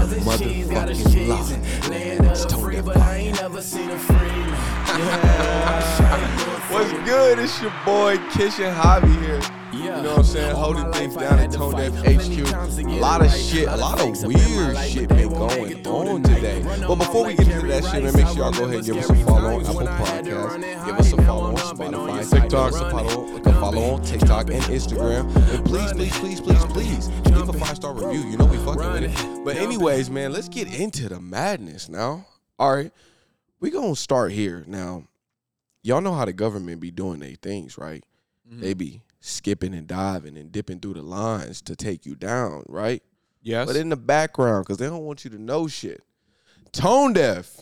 motherfucking Land law. of the free, but I ain't never seen a free. Yeah, What's good? It's your boy Kitchen Hobby here. You know what I'm saying? All Holding my things life I down had at to Tone fight Deaf plenty times HQ. to A get it lot of right. shit, a lot things of up in my weird life, shit but they been won't make going it through on the night. today. Run But on my before we way, get into carry that shit, man, rights. make I sure y'all go ahead and give us a remember follow on times Apple when I had to run and Podcasts. Give hide. us a Now follow I'm on up and on your Spotify, side, TikTok, you're a follow, running, a follow on jumping, TikTok and jumping, Instagram. And please, please, please, please, please, leave a five star review. You know we fucking with it. But anyways, man, let's get into the madness now. All right, we gonna start here now. Y'all know how the government be doing their things, right? They be skipping and diving and dipping through the lines to take you down, right? Yes. But in the background, because they don't want you to know shit. Tone deaf,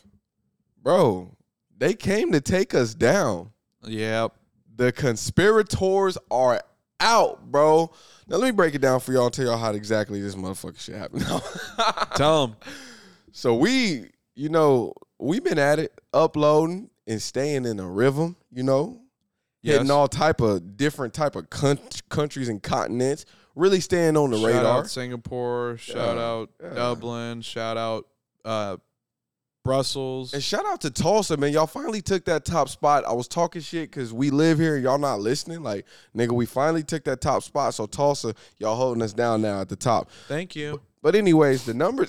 bro. They came to take us down. Yep. The conspirators are out, bro. Now let me break it down for y'all and tell y'all how exactly this motherfucking shit happened. Tell 'em. so we, you know, we've been at it, uploading and staying in a rhythm, you know, Yes. hitting all type of different type of cunt- countries and continents, really staying on the shout radar. out Singapore. Shout Yeah, out yeah. Dublin. Shout out uh, Brussels. And shout out to Tulsa, man. Y'all finally took that top spot. I was talking shit because we live here and y'all not listening. Like, nigga, we finally took that top spot. So Tulsa, y'all holding us down now at the top. Thank you. But anyways, the numbers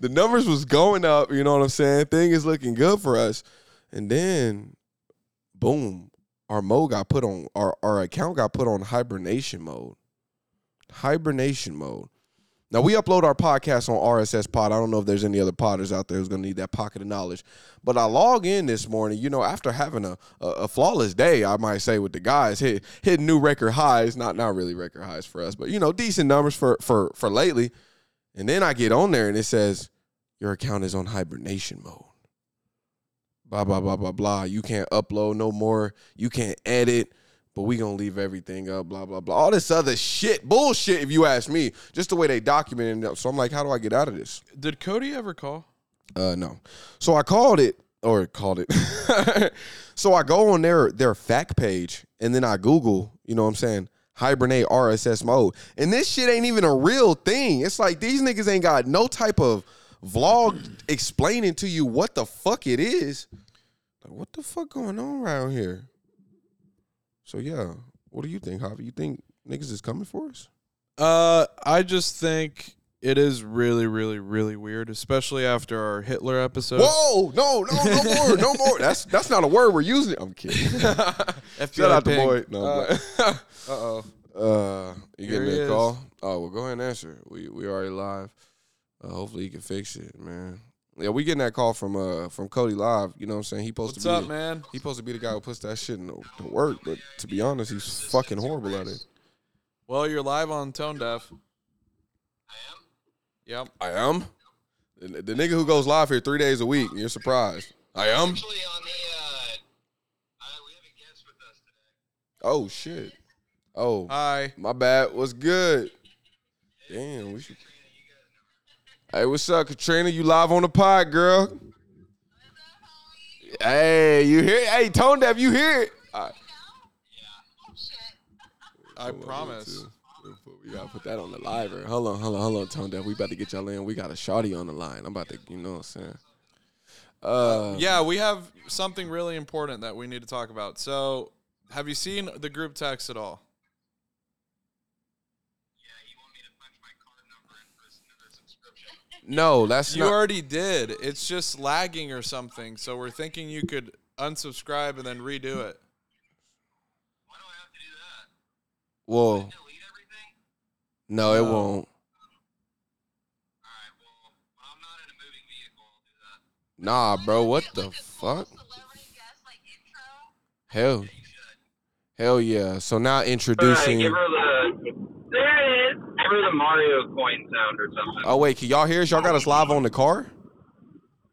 the numbers was going up, you know what I'm saying? Thing is looking good for us. And then boom, our mode got put on our, our account got put on hibernation mode. Hibernation mode. Now we upload our podcast on RSS Pod. I don't know if there's any other podders out there who's gonna need that pocket of knowledge. But I log in this morning, you know, after having a, a, a flawless day, I might say, with the guys, hit hitting new record highs. Not not really record highs for us, but you know, decent numbers for for for lately. And then I get on there and it says, Your account is on hibernation mode. Blah blah blah blah blah. You can't upload no more. You can't edit. But we gonna leave everything up, blah blah blah. All this other shit, bullshit. If you ask me, just the way they documented it. So I'm like, how do I get out of this? Did Cody ever call? Uh, no. So I called it, or called it. so I go on their their fact page, and then I Google. You know what I'm saying? Hibernate RSS mode, and this shit ain't even a real thing. It's like these niggas ain't got no type of vlog explaining to you what the fuck it is. Like, what the fuck going on around here? So yeah, what do you think, Javi? You think niggas is coming for us? Uh, I just think it is really, really, really weird, especially after our Hitler episode. Whoa! No, no, no more, no more. That's that's not a word we're using. I'm kidding. Shout out to Boyd. No, uh oh. uh, you Here give he me a is. call. Oh, well, go ahead and answer. We we already live. Uh, hopefully, you can fix it, man. Yeah, we getting that call from uh from Cody live. You know what I'm saying? He supposed What's to be up, the- man? He supposed to be the guy who puts that shit in the, to work, but to be honest, he's fucking horrible at it. Well, you're live on Tone Deaf. I am. Yep. I am the, the nigga who goes live here three days a week. and You're surprised. I am. Actually, on the uh, uh, we have a guest with us today. Oh shit. Oh, Hi. my bad. What's good? Damn, we should. Hey, what's up, Katrina? You live on the pod, girl. Hey, you hear? it? Hey, Tone Deaf, you hear it? All right. I promise. We gotta put that on the live. Or hold on, hold on, hold on, Tone Deaf. We about to get y'all in. We got a shawty on the line. I'm about to, you know what I'm saying? Uh, Yeah, we have something really important that we need to talk about. So, have you seen the group text at all? Yeah, you want me to punch my card number in for another subscription? no, that's You not. already did. It's just lagging or something. So, we're thinking you could unsubscribe and then redo it. Why do I have to do that? well, Delete everything? no, it won't. All right, well, when I'm not in a moving vehicle, I'll do that. Nah, bro, what the fuck? celebrity guest like intro. Hell, hell yeah. So now introducing. give her the. There it is. Give her the Mario coin sound or something. Oh wait, can y'all hear us? Y'all got us live on the car?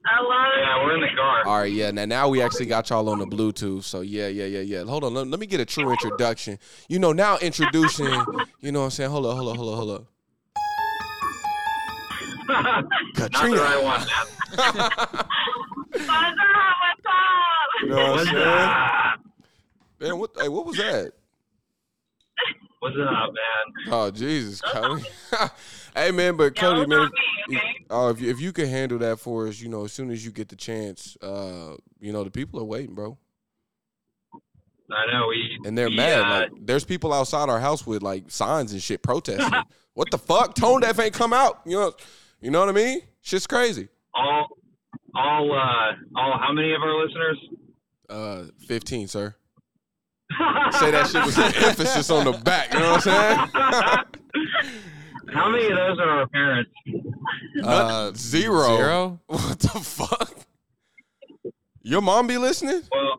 Yeah, we're in the car. All right, yeah. Now, now we actually got y'all on the Bluetooth. So yeah, yeah, yeah, yeah. Hold on, let, let me get a true introduction. You know, now introducing. You know what I'm saying? Hold up, hold up, hold up, hold up. Uh, Not that I Katrina. want that. Buzzer, what's up? You know what I'm What's saying? up? Man, what? Hey, what was that? What's up, man? Oh Jesus, Cody. hey man, but Cody, it's man, not me, if, okay? uh, if you, if you can handle that for us, you know, as soon as you get the chance, uh, you know, the people are waiting, bro, I know we and they're we, mad. uh, Like, there's people outside our house with like signs and shit protesting. what the fuck? Tone Deaf ain't come out. You know, you know what I mean? Shit's crazy. all, all, uh, all. How many of our listeners? Uh, fifteen, sir. Say that shit with some emphasis on the back. You know what I'm How many of those are our parents? saying? Uh, zero. Zero? What the fuck? Your mom be listening? Well,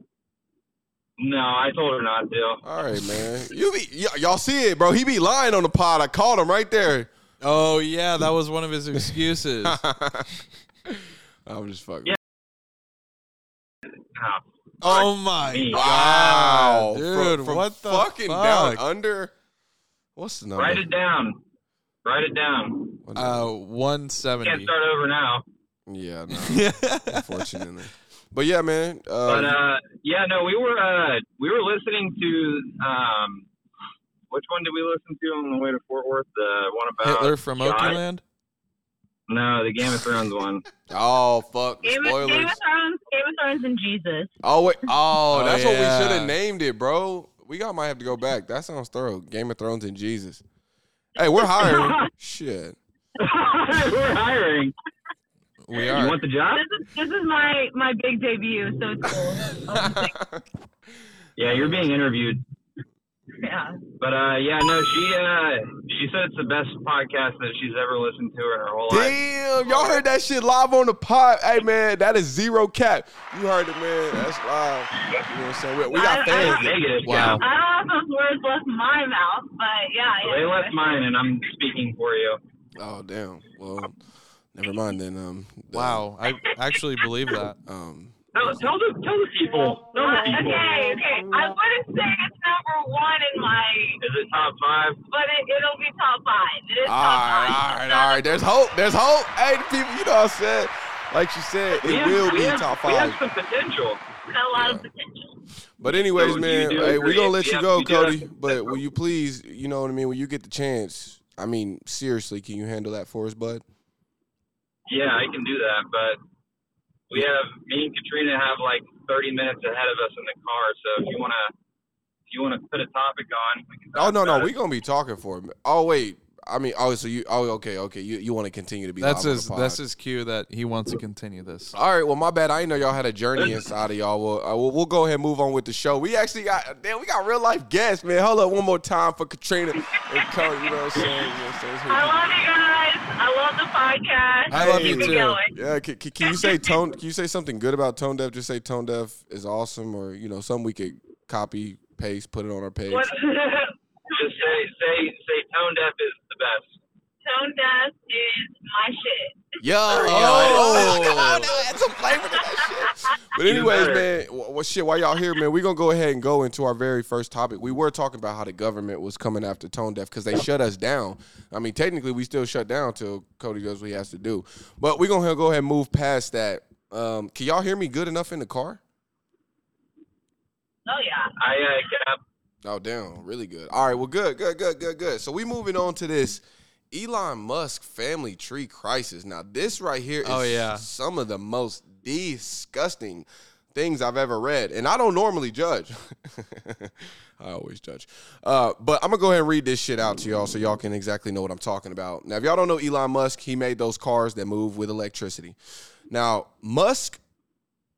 no, I told her not to. All right, man. You be y- y'all see it, bro. He be lying on the pod. I called him right there. Oh yeah, that was one of his excuses. I'm just fucking. Yeah. No. oh my Wow, God, dude, From- from what the fucking fuck? down under? What's the number? Write it down. Write it down. What number? Uh, one Can't seventy. start over now. yeah, no, Yeah. unfortunately. But yeah, man. Uh, But uh, yeah, no, we were uh, we were listening to um, which one did we listen to on the way to Fort Worth? The one about Hitler from God? Oakland. No, the Game of Thrones one. oh fuck! Game of, Game Spoilers. of Thrones, Game of Thrones, and Jesus. Oh wait. Oh, Oh, that's what yeah. we should have named it, bro. We got might have to go back. That sounds thorough. Game of Thrones and Jesus. Hey, we're hiring. Shit. we're hiring. We You are. want the job? This is this is my my big debut, so it's cool. Yeah, you're being interviewed. yeah. But uh, yeah, no, she uh, she said it's the best podcast that she's ever listened to in her whole life. Damn, y'all heard that shit live on the pod. Hey man, that is zero cap. You heard it, man. That's live. You know what I'm saying? We, we got That's fans. negative. Wow. yeah. I don't know if those words left my mouth, but yeah. yeah. They left mine, and I'm speaking for you. Oh damn. Well, never mind then. Um. the- Wow, I actually believe that. Um. No, tell the tell the people. Tell the people. Okay, okay. I wouldn't say it's number one in my, Is it top five? but it, it'll be top five. It is All top five. right, all right, all right. There's hope. There's hope. Hey, the people, you know what I'm saying? Like you said, We it have- will we be have- top We have five. some potential. It's got a lot of potential. But anyways, So, do you man, do hey, we're agree? gonna let Yeah, you go, you do Cody. have- But will you please, you know what I mean? When you get the chance, I mean, seriously, can you handle that for us, bud? Yeah, I can do that, but we have me and Katrina have like 30 minutes ahead of us in the car. So if you wanna, if you wanna put a topic on, we can. Oh talk no, no, about we it. gonna be talking for him. Oh wait, I mean, oh so you, oh okay, okay, you you want to continue to be? That's live on his. the That's pod. his cue that he wants to continue this. All right, well, my bad. I didn't know y'all had a journey inside of y'all. Well, uh, well, we'll go ahead and move on with the show. We actually got, damn, we got real life guests, man. Hold up one more time for Katrina and Cody. You know what I'm saying? You know what I'm saying? It's here. I love you guys. I love the podcast. I love you Keep it too. Going. Yeah, can, can, can you say tone? Can you say something good about tone deaf? Just say tone deaf is awesome, or you know, something we could copy, paste, put it on our page. What, tone Just say say say tone deaf is the best. deaf is my shit. Yo, Oh. come on now, add some flavor to that shit. But anyways, man, wh- well, shit, while y'all here, man, we're gonna go ahead and go into our very first topic. We were talking about how the government was coming after tone deaf because they shut us down. I mean, technically, we still shut down till Cody does what he has to do. But we're gonna go ahead and move past that. Um, can y'all hear me good enough in the car? Oh yeah. I uh, got Oh, damn, really good. All right, well, good, good, good, good, good. So we moving on to this Elon Musk family tree crisis. Now, this right here is Oh, yeah. some of the most disgusting things I've ever read, and I don't normally judge. I always judge, uh, but I'm gonna go ahead and read this shit out to y'all so y'all can exactly know what I'm talking about. Now, if y'all don't know Elon Musk, he made those cars that move with electricity. Now, Musk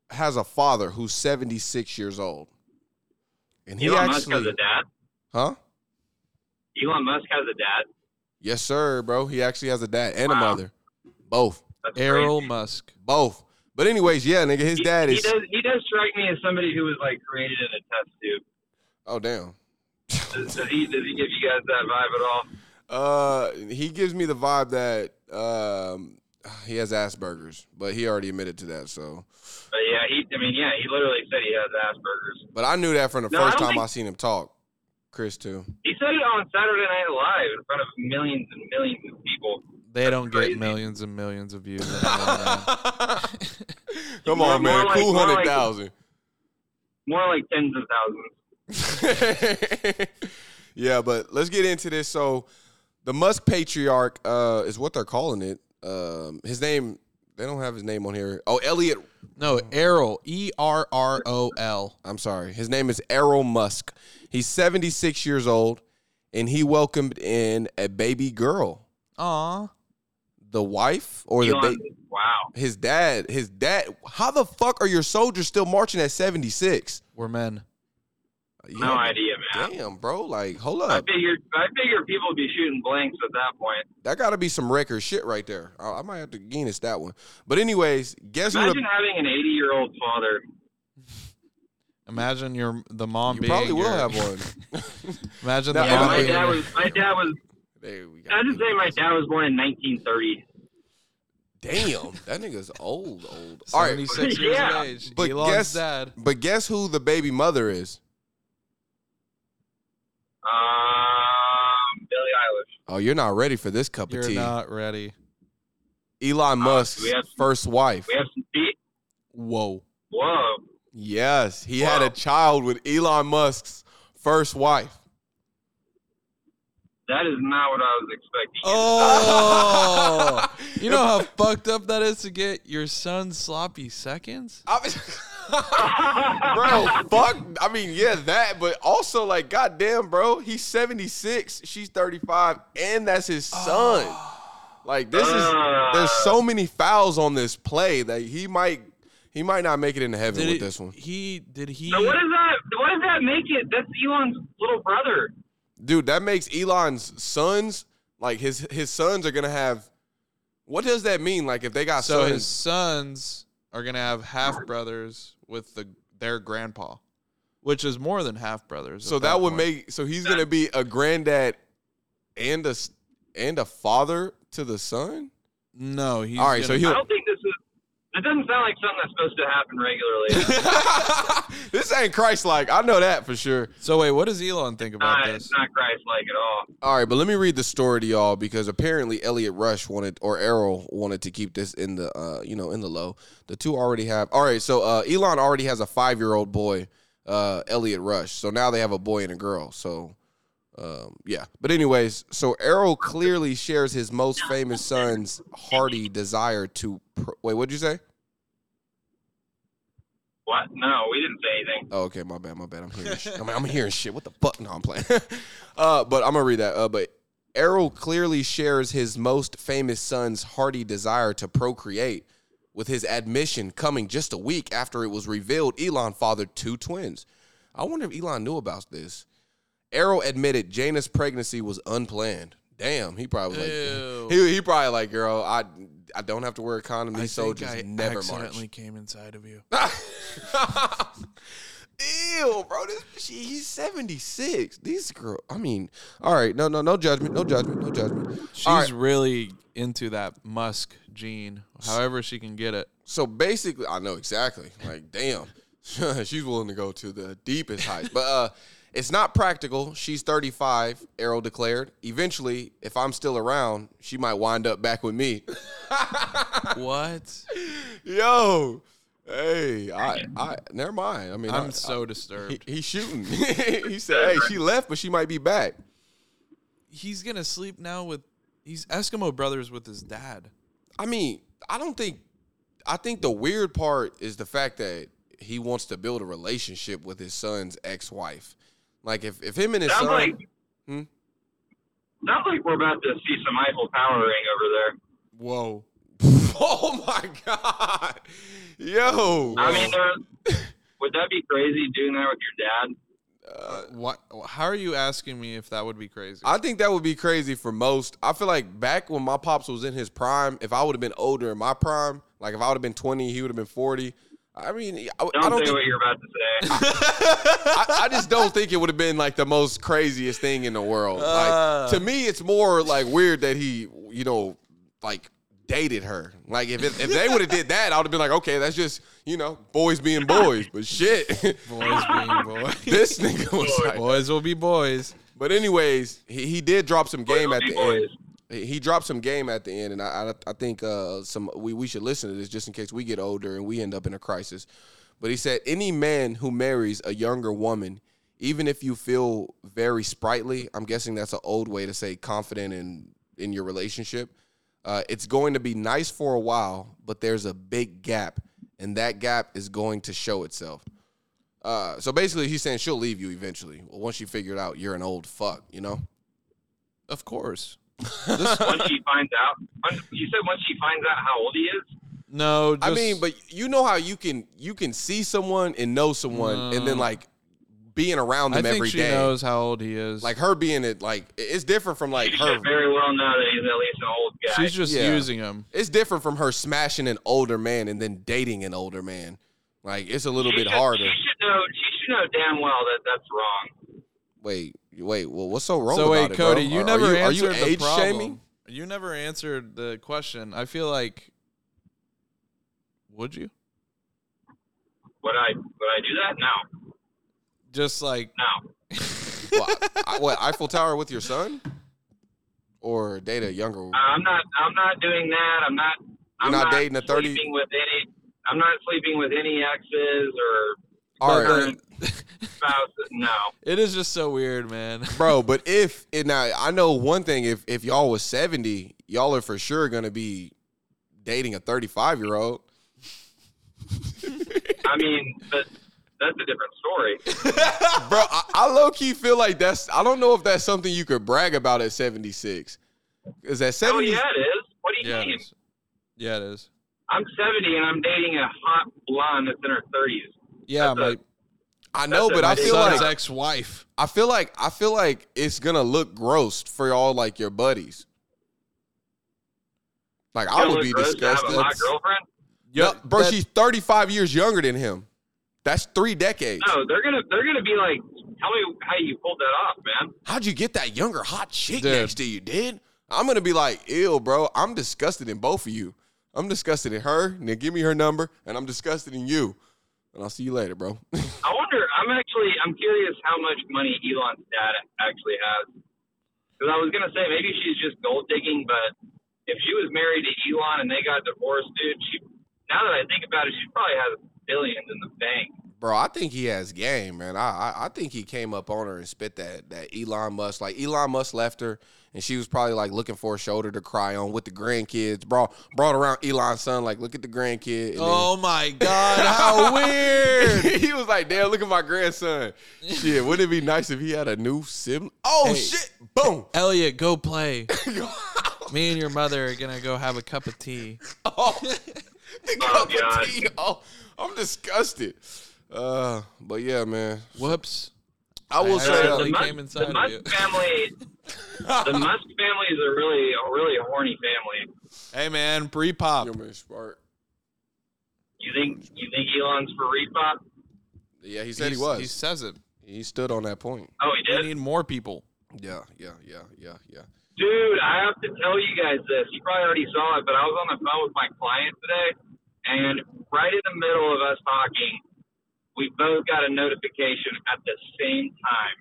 has a father who's 76 years old, and he Elon Musk actually, has a dad. huh? Elon Musk has a dad. Yes, sir, bro. He actually has a dad and a Wow. mother. Both. That's Errol crazy. Musk. Both. But anyways, yeah, nigga, his He- dad he, is does, he does strike me as somebody who was like created in a test tube. Oh damn. Does, does he does he give you guys that vibe at all? Uh he gives me the vibe that um he has Asperger's, but he already admitted to that, so But yeah, he. I mean, yeah, he literally said he has Asperger's. but I knew that from the No, I first don't time think- I seen him talk. Chris too. He said it on Saturday Night Live in front of millions and millions of people. They don't Crazy. get millions and millions of views. uh, anymore, man. Come More- on, man. more like- cool more like- hundred thousand. More like tens of thousands. Yeah, but let's get into this. So, the Musk patriarch uh, is what they're calling it. Um, his name, they don't have his name on here. Oh, Elliot. No, Errol. E R R O L. I'm sorry. His name is Errol Musk. He's 76 years old, and he welcomed in a baby girl. Aw. The wife or the Elon, ba- wow. his dad. His dad. How the fuck are your soldiers still marching at 76? We're men. No idea, man. Damn, bro. Like, hold I up. figured I figured people would be shooting blanks at that point. That got to be some record shit right there. I, I might have to Guinness that one. But anyways, guess who? Imagine The, having an 80 year old father. Imagine your the mom you being probably will your- have one. Imagine Now, the Yeah, mom my being dad was. My dad was. Hey, we got- I just say my dad was born in 1930. Damn, that nigga's old, old. All right, 76 years Yeah. of age. But Elon's guess- dad. but guess who the baby mother is? Um, Billie Eilish. Oh, you're not ready for this cup of You're tea. not ready. Elon Musk's Uh, we have- first wife. We have some feet. Whoa. Whoa. yes, he had Wow. a child with Elon Musk's first wife. That is not what I was expecting. Oh. you know how fucked up that is to get your son's sloppy seconds? I was- bro, fuck. I mean, yeah, that, but also like, goddamn, bro, he's seventy six, she's thirty five, and that's his Oh. son. Like, this is there's Uh. so many fouls on this play that he might he might not make it into heaven Did with it- this one, He did he So what does that? What does that make it? That's Elon's little brother. dude. That makes Elon's sons like his his sons are gonna have. What does that mean? Like, if they got so sons, his sons are gonna have half brothers with the their grandpa, which is more than half brothers. at So that would point. make so he's gonna be a granddad and a s- and a father to the son. no. He's All right, so gonna- I he'll- don't think this is. That doesn't sound like something that's supposed to happen regularly. this ain't Christ like. I know that for sure. So wait, what does Elon think about not, this? it's not Christ-like at all. All right, but let me read the story to y'all because apparently Elliot Rush wanted or Errol wanted to keep this in the uh you know in the low. The two already have. All right, so uh, Elon already has a five year old boy, uh, Elliot Rush. So now they have a boy and a girl. So. Um, yeah, but anyways, so Errol clearly shares his most famous son's hearty desire to. Pro- Wait, what'd you say? What? No, we didn't say anything. Oh, okay, my bad, my bad. I'm hearing shit. I'm, I'm hearing shit. What the fuck? No, I'm playing. uh, but I'm gonna read that. Uh, but Errol clearly shares his most famous son's hearty desire to procreate, with his admission coming just a week after it was revealed Elon fathered two twins. I wonder if Elon knew about this. Errol admitted Jana's pregnancy was unplanned. Damn, he probably Ew. like, he he probably like, girl, I I don't have to wear a condom. I These think soldiers I never march. accidentally came inside of you. Ew, bro. This she, he's seventy six. These girl. I mean, all right. No, no, no judgment. No judgment. No judgment. She's All right. really into that Musk gene, however she can get it. So basically, I know exactly. Like, damn, she's willing to go to the deepest heights. But uh, it's not practical. She's thirty five. Errol declared. Eventually, if I'm still around, she might wind up back with me. what? Yo. Hey, I, I, never mind. I mean, I- I'm so disturbed. uh, he, he's shooting. he said, "Hey, she left, but she might be back." He's gonna sleep now with he's Eskimo brothers with his dad. I mean, I don't think. I think the weird part is the fact that he wants to build a relationship with his son's ex-wife. Like if, if him and his Sounds son, like. Hmm? Sounds like we're about to see some Eiffel Tower ring over there. Whoa. oh my god, yo, I mean, there, would that be crazy doing that with your dad? Uh, What how are you asking me if that would be crazy? I think that would be crazy for most. I feel like back when my pops was in his prime, if I would have been older in my prime, like if I would have been twenty, he would have been forty. I mean, I, Don't, I don't say think what you're about to say. I, I just don't think it would have been like the most craziest thing in the world. Like to me, it's more like weird that he, you know, like dated her. Like if it, if they would have did that, I would have been like, okay, that's just you know boys being boys. But shit, boys being boys. this nigga was like. boys will be boys. But anyways, he, he did drop some game at Boys the will be end. boys. He he dropped some game at the end, and I I, I think uh, some we, we should listen to this just in case we get older and we end up in a crisis. But he said, any man who marries a younger woman, even if you feel very sprightly, I'm guessing that's an old way to say confident in in your relationship. Uh, it's going to be nice for a while, but there's a big gap, and that gap is going to show itself. Uh, so basically, he's saying she'll leave you eventually. Well, once you figure it out, you're an old fuck, you know. Of course. Once she finds out, once, you said once she finds out how old he is. No, I just- mean, but you know how you can you can see someone and know someone, and then Mm. like being around I them think every she day. knows how old he is. Like her being it, like it's different from like She her. should very well know that he's at least an old guy. she's just yeah. using him. It's different from her smashing an older man and then dating an older man. Like it's a little She bit should- harder. She should know. She should know damn well that that's wrong. Wait, wait. Well, what's so wrong? so wait, about it, bro? Cody, you Are- never are you, answered are you the age problem. shaming? You never answered the question. I feel like would you Would I? Would I do that? No, just like no. Well, I- what Eiffel Tower with your son, or date a younger? Uh, I'm not. I'm not doing that. I'm not. I'm not dating a 30 sleeping with any. I'm not sleeping with any exes or All right, current spouses. No. it is just so weird, man. bro. But if and now I know one thing: if if y'all was seventy, y'all are for sure gonna be dating a thirty-five year old. I mean, but that's a different story. Bro, I, I low key feel like that's. I don't know if that's something you could brag about at seventy six. Is that Oh seventy? yeah, it is. What do you Yeah, mean? it is. Yeah, it is. I'm 70 and I'm dating a hot blonde that's in her 30s. Yeah, That's a- my, I know, That's but a I my feel son's like ex-wife. I feel like I feel like it's gonna look gross for y'all like your buddies. Like I Y'all would look be gross to have disgusted. a hot girlfriend. No, bro, that- she's thirty five years younger than him. That's three decades. No, they're gonna they're gonna be like, tell me how you pulled that off, man. How'd you get that younger hot chick Dude. next to you, dude? I'm gonna be like, ew, bro. I'm disgusted in both of you. I'm disgusted in her. Now give me her number, and I'm disgusted in you. And I'll see you later, bro. I wonder. I'm actually I'm curious how much money Elon's dad actually has. Because I was gonna say maybe she's just gold digging, but if she was married to Elon and they got divorced, dude, she now that I think about it, she probably has billions in the bank. Bro, I think he has game, man. I, I I think he came up on her and spit that that Elon Musk. Like Elon Musk left her, and she was probably like looking for a shoulder to cry on with the grandkids. Brought brought around Elon's son, like look at the grandkid. and then- Oh my god, how weird! he was like, damn, look at my grandson. Shit, wouldn't it be nice if he had a new sibling? Oh Hey. shit! Boom. Elliot, go play. Me and your mother are gonna go have a cup of tea. oh, the Oh, cup of God. tea. Oh, I'm disgusted. Uh, but yeah, man. Whoops. I will I say, accidentally- uh, came Musk- inside the of Musk you. family. the Musk family is a really, a really horny family. Hey man, pre pop. Yo, man, Spark. You think you think Elon's for repop? Yeah, he said he was. He says it. He stood on that point. Oh, he We did. need more people. Yeah, yeah, yeah, yeah, yeah. Dude, I have to tell you guys this. You probably already saw it, but I was on the phone with my client today, and right in the middle of us talking, we both got a notification at the same time.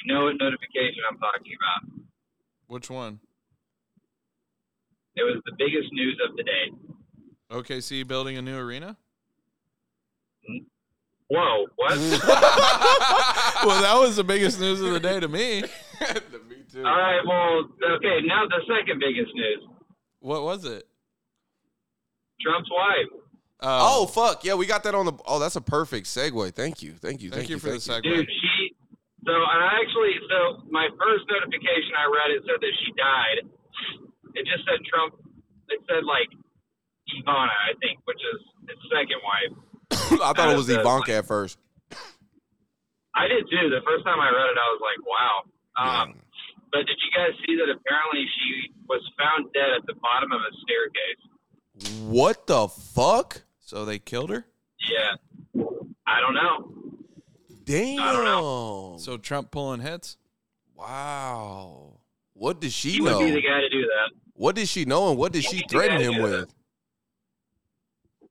You know what notification I'm talking about? Which one? It was the biggest news of the day. OKC building a new arena. Whoa, what? well, that was the biggest news of the day to me. Me too. All right, well, okay, now the second biggest news What was it? Uh, Trump's wife. Oh fuck! Yeah, we got that on the. Oh, that's a perfect segue. Thank you, thank you, thank, you for the thank segue. Dude, she. So and I actually, so my first notification I read it said that she died. It just said Trump. It said like Ivana, I think, which is his second wife. I thought it was Uh, Ivanka at first. I did too. The first time I read it, I was like, wow. Um, But did you guys see that? Apparently, she was found dead at the bottom of a staircase. What the fuck? So they killed her. Yeah. I don't know. Damn. I don't So Trump pulling heads. wow. What did she He would know? be the guy to do that. What did she know, and what did she would be the threaten guy to him do with?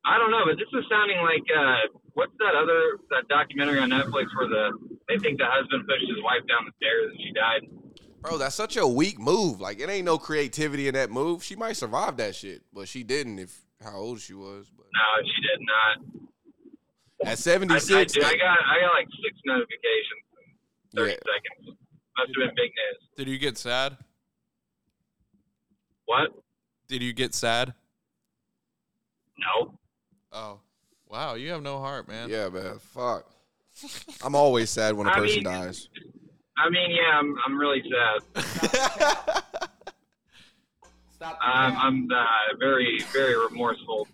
I don't know, but this is sounding like uh, what's that other that documentary on Netflix where the they think the husband pushed his wife down the stairs and she died. Bro, that's such a weak move. Like it ain't no creativity in that move. She might survive that shit, but she didn't. If how old she was, but No, she did not. At I, I, 76, do. I got I got like six notifications in thirty yeah. seconds. Must have been big news. Did you get sad? What? Did you get sad? No. Oh, wow. You have no heart, man. yeah, man. Fuck. I'm always sad when a I person mean- dies. I mean, yeah, I'm I'm really sad. Stop. the I'm cap. I'm uh, very very remorseful.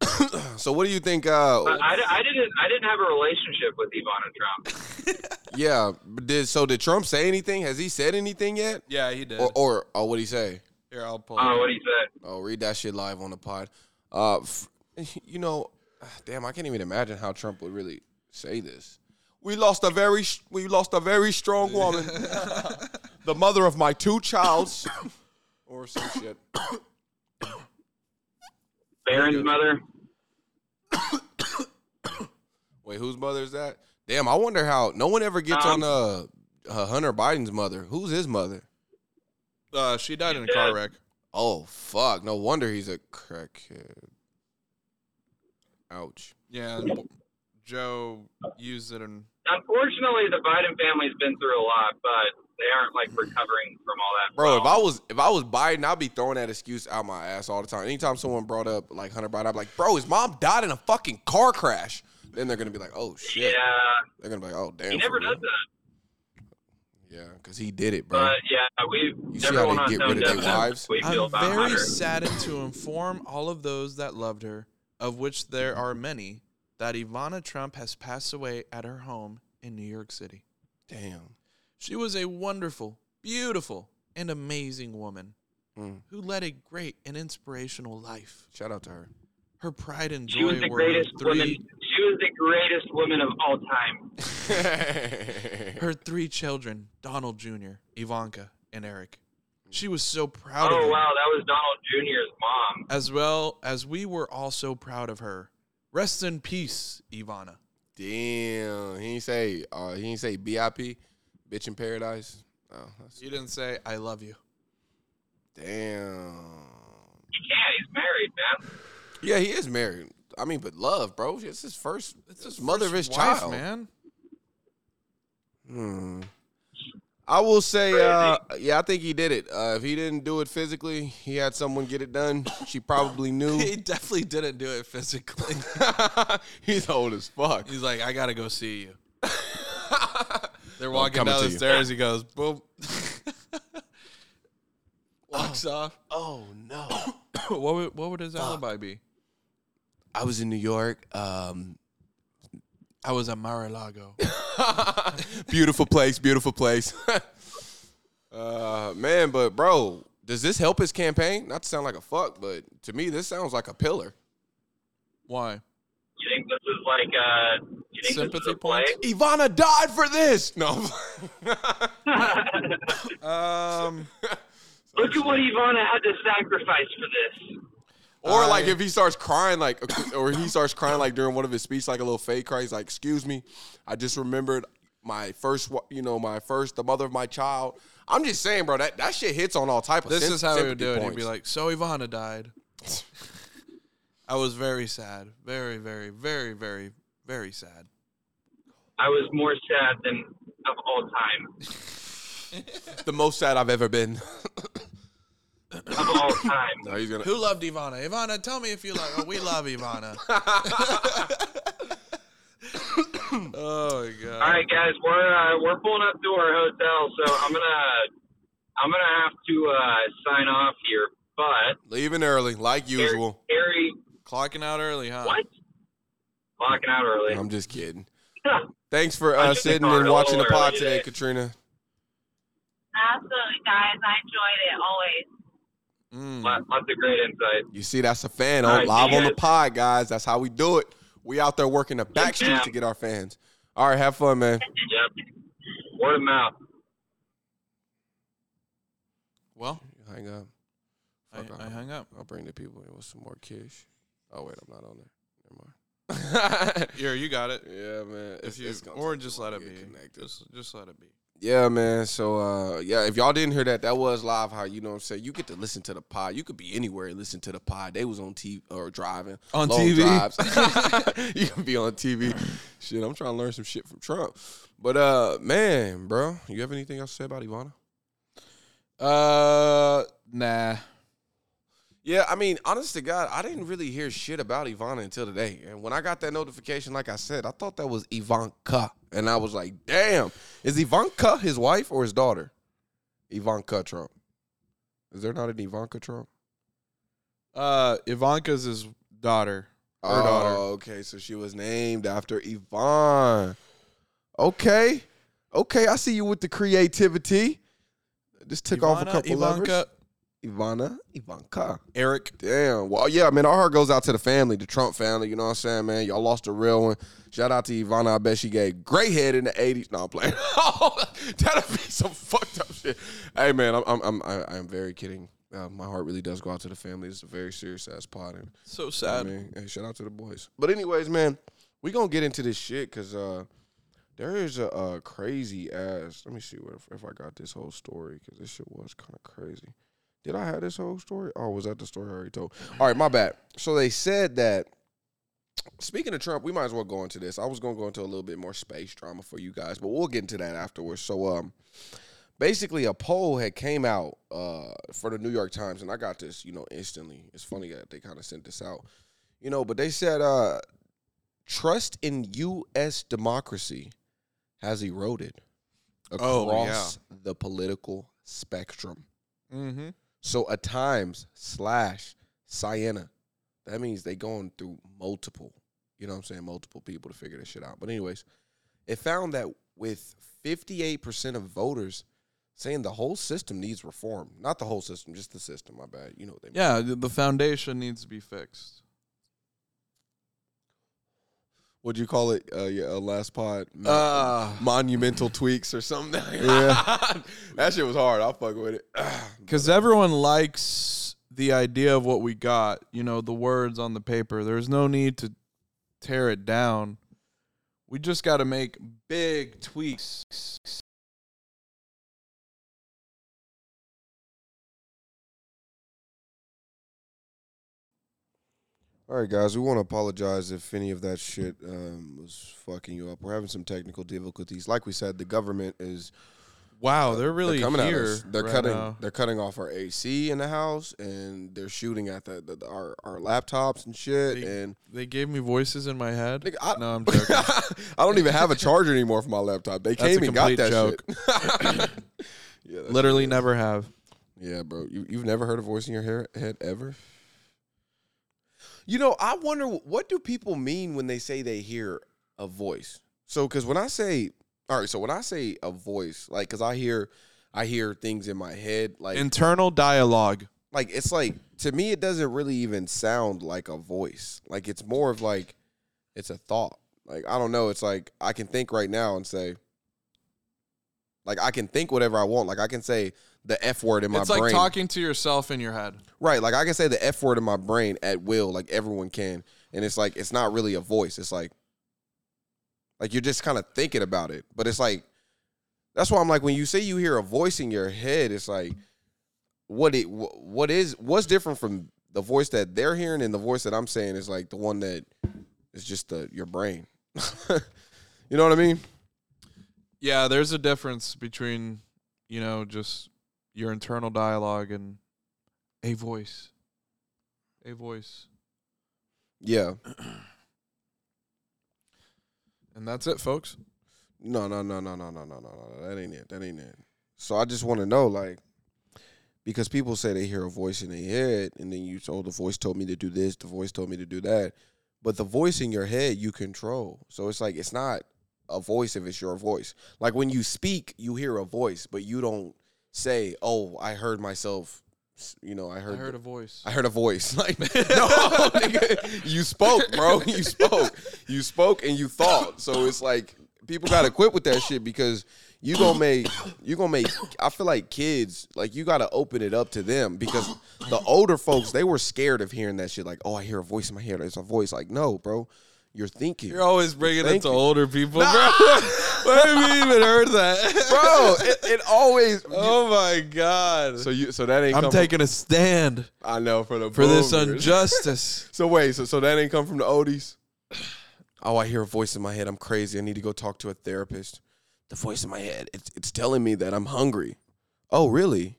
So what do you think? Uh, But I, I didn't I didn't have a relationship with Ivana Trump. yeah. Did so? Did Trump say anything? Has he said anything yet? Yeah, he did. Or, or oh, what would he say? Here, I'll pull. Oh, it. what he said. Oh, read that shit live on the pod. Uh, f- you know, damn, I can't even imagine how Trump would really say this. We lost a very, sh- we lost a very strong woman, the mother of my two childs, or some shit. Barron's Good. mother. Wait, whose mother is that? Damn, I wonder how no one ever gets on Um, uh, uh Hunter Biden's mother. Who's his mother? Uh, she died in a car wreck. Oh fuck! No wonder he's a crackhead. Ouch. Yeah, and Joe used it and Unfortunately, the Biden family's been through a lot, but they aren't like recovering from all that. Bro, if well. I was if I was Biden, I'd be throwing that excuse out my ass all the time. Anytime someone brought up like Hunter Biden, I'd be like, bro, his mom died in a fucking car crash. Then they're gonna be like, oh shit. yeah, They're gonna be like, oh damn. he for never real. does that. Yeah, because he did it, bro. But yeah, we You see how everyone they on get Tone rid of their Deaf, wives? we feel I'm about very Hunter. saddened to inform all of those that loved her, of which there are many, that Ivana Trump has passed away at her home in New York City. damn. She was a wonderful, beautiful, and amazing woman Mm. who led a great and inspirational life. Shout out to her. Her pride and She was joy the were her greatest woman. three, She was the greatest woman of all time. her three children, Donald Jr., Ivanka, and Eric. She was so proud of Oh them. wow, that was Donald Jr.'s mom. as well as we were also proud of her. Rest in peace, Ivana. damn. He ain't say uh, he ain't say BIP, bitch in paradise. Oh, that's, You didn't say I love you. damn. He can't. He's married, man. Yeah, he is married. I mean, but love, bro. It's his first. It's his mother of his wife, child, man. Hmm. I will say, uh, yeah, I think he did it. Uh, if he didn't do it physically, he had someone get it done. She probably knew. He definitely didn't do it physically. He's old as fuck. He's like, I gotta go see you. They're I'm walking coming down to the you. stairs. He goes, boom. Walks off. Oh no! what would what would his alibi be? I was in New York. Um, I was at Mar-a-Lago. beautiful place, beautiful place. uh, man, but bro, does this help his campaign? Not to sound like a fuck, but to me, this sounds like a pillar. Why? You think this is like uh You think this Sympathy is a play? points? Ivana died for this. No. Um, Look at what Ivana had to sacrifice for this. Or like I- if he starts crying, like or he starts crying like during one of his speech, like a little fake cry. He's like, "Excuse me, I just remembered my first, wa- you know, my first, the mother of my child." I'm just saying, bro, that that shit hits on all type of. this sym- is how he would sympathy do it. He'd points. be like, "So Ivana died. I was very sad, very, very, very, very, very sad." I was more sad than of all time. "The most sad I've ever been." Of all time. no, he's gonna. Who loved Ivana? Ivana, tell me if you love. Oh, we love Ivana. oh my god. All right, guys, we're uh, we're pulling up to our hotel, so I'm gonna I'm gonna have to uh, sign off here. But Leaving early, like Harry, usual. Harry Clocking out early, huh? what? Locking out early. I'm just kidding. Huh. Thanks for uh, I should be sitting going and a watching the little pod early today, today. Katrina. Absolutely, guys. I enjoyed it always. Mm. Lot- Lots of great insight. You see, that's a fan All on right, live see on the you pod, guys. That's how we do it. We out there working the back streets ma'am. to get our fans. All right, have fun, man. Yep. Word of mouth. Well, Hang up. I, Fuck I off. hung up. I'll bring the people in with some more kish. Oh wait, I'm not on there. Never mind. Here, you got it. yeah, man. If you, or just let it be. Just, just let it be. Yeah, man. So uh yeah, if y'all didn't hear that, that was live how you know what I'm saying. You get to listen to the pod. You could be anywhere and listen to the pod. They was on TV or driving. On long TV? drives. you can be on TV. Shit, I'm trying to learn some shit from Trump. But uh man, bro, you have anything else to say about Ivana? Uh, nah. Yeah, I mean, honest to God, I didn't really hear shit about Ivana until today. And when I got that notification, like I said, I thought that was Ivanka. And I was like, damn, is Ivanka his wife or his daughter? Ivanka Trump. Is there not an Ivanka Trump? Uh, Ivanka's his daughter. Her oh, daughter. okay. So she was named after Yvonne. Okay. Okay, I see you with the creativity. This took off a Ivana, couple Ivanka, levers. Ivana, Ivanka. Eric. Damn. Well, yeah, man, our heart goes out to the family, the Trump family. You know what I'm saying, man? Y'all lost a real one. Shout out to Ivana. I bet she gave great head in the 80s. No, I'm playing. That'd be some fucked up shit. Hey, man, I'm, I'm, I'm, I- I'm very kidding. Uh, my heart really does go out to the family. It's a very serious ass pot. And, So you know what sad. I mean, hey, shout out to the boys. But, anyways, man, we going to get into this shit because uh, there is a, a crazy ass. Let me see where, if I got this whole story because this shit was kind of crazy. Did I have this whole story? Oh, was that the story I already told? All right, my bad. So they said that. Speaking of Trump, we might as well go into this. I was going to go into a little bit more space drama for you guys, but we'll get into that afterwards. So, um, basically, a poll had came out uh, for the New York Times, and I got this, you know, instantly. It's funny that they kind of sent this out, you know, but they said uh, trust in U.S. democracy has eroded Oh, yeah. across the political spectrum. Mm-hmm. So a times slash Sienna. That means they going through multiple, you know what I'm saying, multiple people to figure this shit out. But anyways, it found that with 58% of voters saying the whole system needs reform. Not the whole system, just the system, my bad. You know what they mean. Yeah, the, the foundation needs to be fixed. What'd you call it? Uh, yeah, uh, last pod. Mon- Uh, monumental tweaks or something. yeah. that shit was hard. I'll fuck with it. Because everyone likes the idea of what we got, you know, the words on the paper. There's no need to tear it down. We just got to make big tweaks. All right, guys, we want to apologize if any of that shit um, was fucking you up. We're having some technical difficulties. Like we said, the government is Wow, Oh, they're really they're coming here. at us. They're right cutting. now. They're cutting off our AC in the house, and they're shooting at the, the, our our laptops and shit. They- and They gave me voices in my head. Nigga, I, no, I'm joking. I don't even have a charger anymore for my laptop. They That's came a and got complete that joke. shit. yeah, that's- Literally never have. Yeah, bro. You you've never heard a voice in your hair, head ever? You know, I wonder what do people mean when they say they hear a voice. So, because when I say, all right, so when I say a voice, like, because I hear, I hear things in my head, like, Internal dialogue. like it's like to me, it doesn't really even sound like a voice. Like it's more of like, it's a thought. Like I don't know. It's like I can think right now and say, like I can think whatever I want. Like I can say the f word in my It's like brain. talking to yourself in your head. Right, like I can say the F word in my brain at will, like everyone can. And it's like it's not really a voice. It's like like you're just kind of thinking about it. But it's like that's why I'm like when you say you hear a voice in your head, it's like what it wh- what is what's different from the voice that they're hearing and the voice that I'm saying is like the one that is just the your brain. you know what I mean? Yeah, there's a difference between, you know, just your internal dialogue and a voice. A voice. Yeah. And that's it, folks. No, no, no, no, no, no, no, no, no. That ain't it. That ain't it. So I just want to know, like, because people say they hear a voice in their head, and then you told the voice told me to do this, the voice told me to do that, but the voice in your head you control. So it's like it's not a voice if it's your voice. Like when you speak, you hear a voice, but you don't say, "Oh, I heard myself." s- You know, I I heard. heard a voice. I heard a voice. Like, no, nigga, you spoke, bro. You spoke. You spoke and you thought. So it's like people gotta quit with that shit because you gonna make you gonna make I feel like kids, like you gotta open it up to them because the older folks, they were scared of hearing that shit. Like, oh, I hear a voice in my head. It's a voice. Like, no, bro. You're thinking. You're always bringing it Thank to you. older people, bro. I even heard that, bro. It, it always. oh my god! So you, so that ain't. I'm come from- taking a stand I know for the for this boomers. injustice. So wait, so so that ain't come from the oldies. Oh, I hear a voice in my head. I'm crazy. I need to go talk to a therapist. The voice in my head, it's, it's telling me that I'm hungry. Oh, really?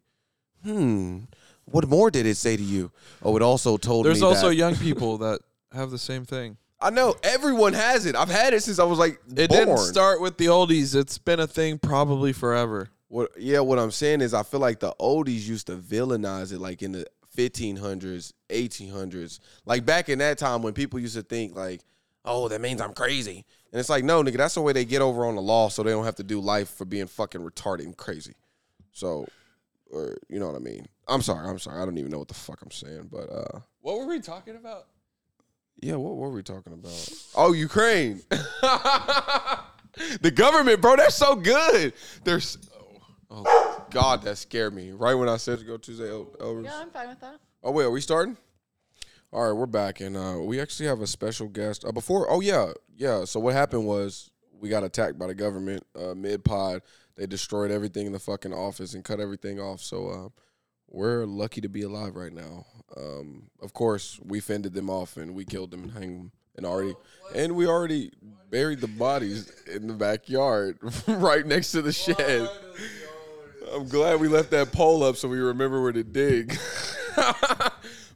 Hmm. What more did it say to you? Oh, it also told me There's also that- young people that have the same thing. I know everyone has it. I've had it since I was like It born. didn't start with the oldies. It's been a thing probably forever. What? Yeah, what I'm saying is, I feel like the oldies used to villainize it, like in the 1500s, 1800s, like back in that time when people used to think like, "Oh, that means I'm crazy," and it's like, no, nigga, that's the way they get over on the law, so they don't have to do life for being fucking retarded and crazy. So, or you know what I mean? I'm sorry, I'm sorry, I don't even know what the fuck I'm saying, but uh, What were we talking about? yeah, what were we talking about? Oh, Ukraine. the government, bro, that's so good. There's oh, oh, God, that scared me. Right when I said to go Tuesday El- Elvis. Yeah, I'm fine with that. Oh wait, are we starting? All right, we're back and uh, we actually have a special guest. Uh, before oh yeah, yeah. So what happened was we got attacked by the government uh, mid pod. They destroyed everything in the fucking office and cut everything off. So uh, we're lucky to be alive right now. Um, of course, we fended them off and we killed them and hanged them and already and we already buried the bodies in the backyard right next to the shed. I'm glad we left that poll up so we remember where to dig.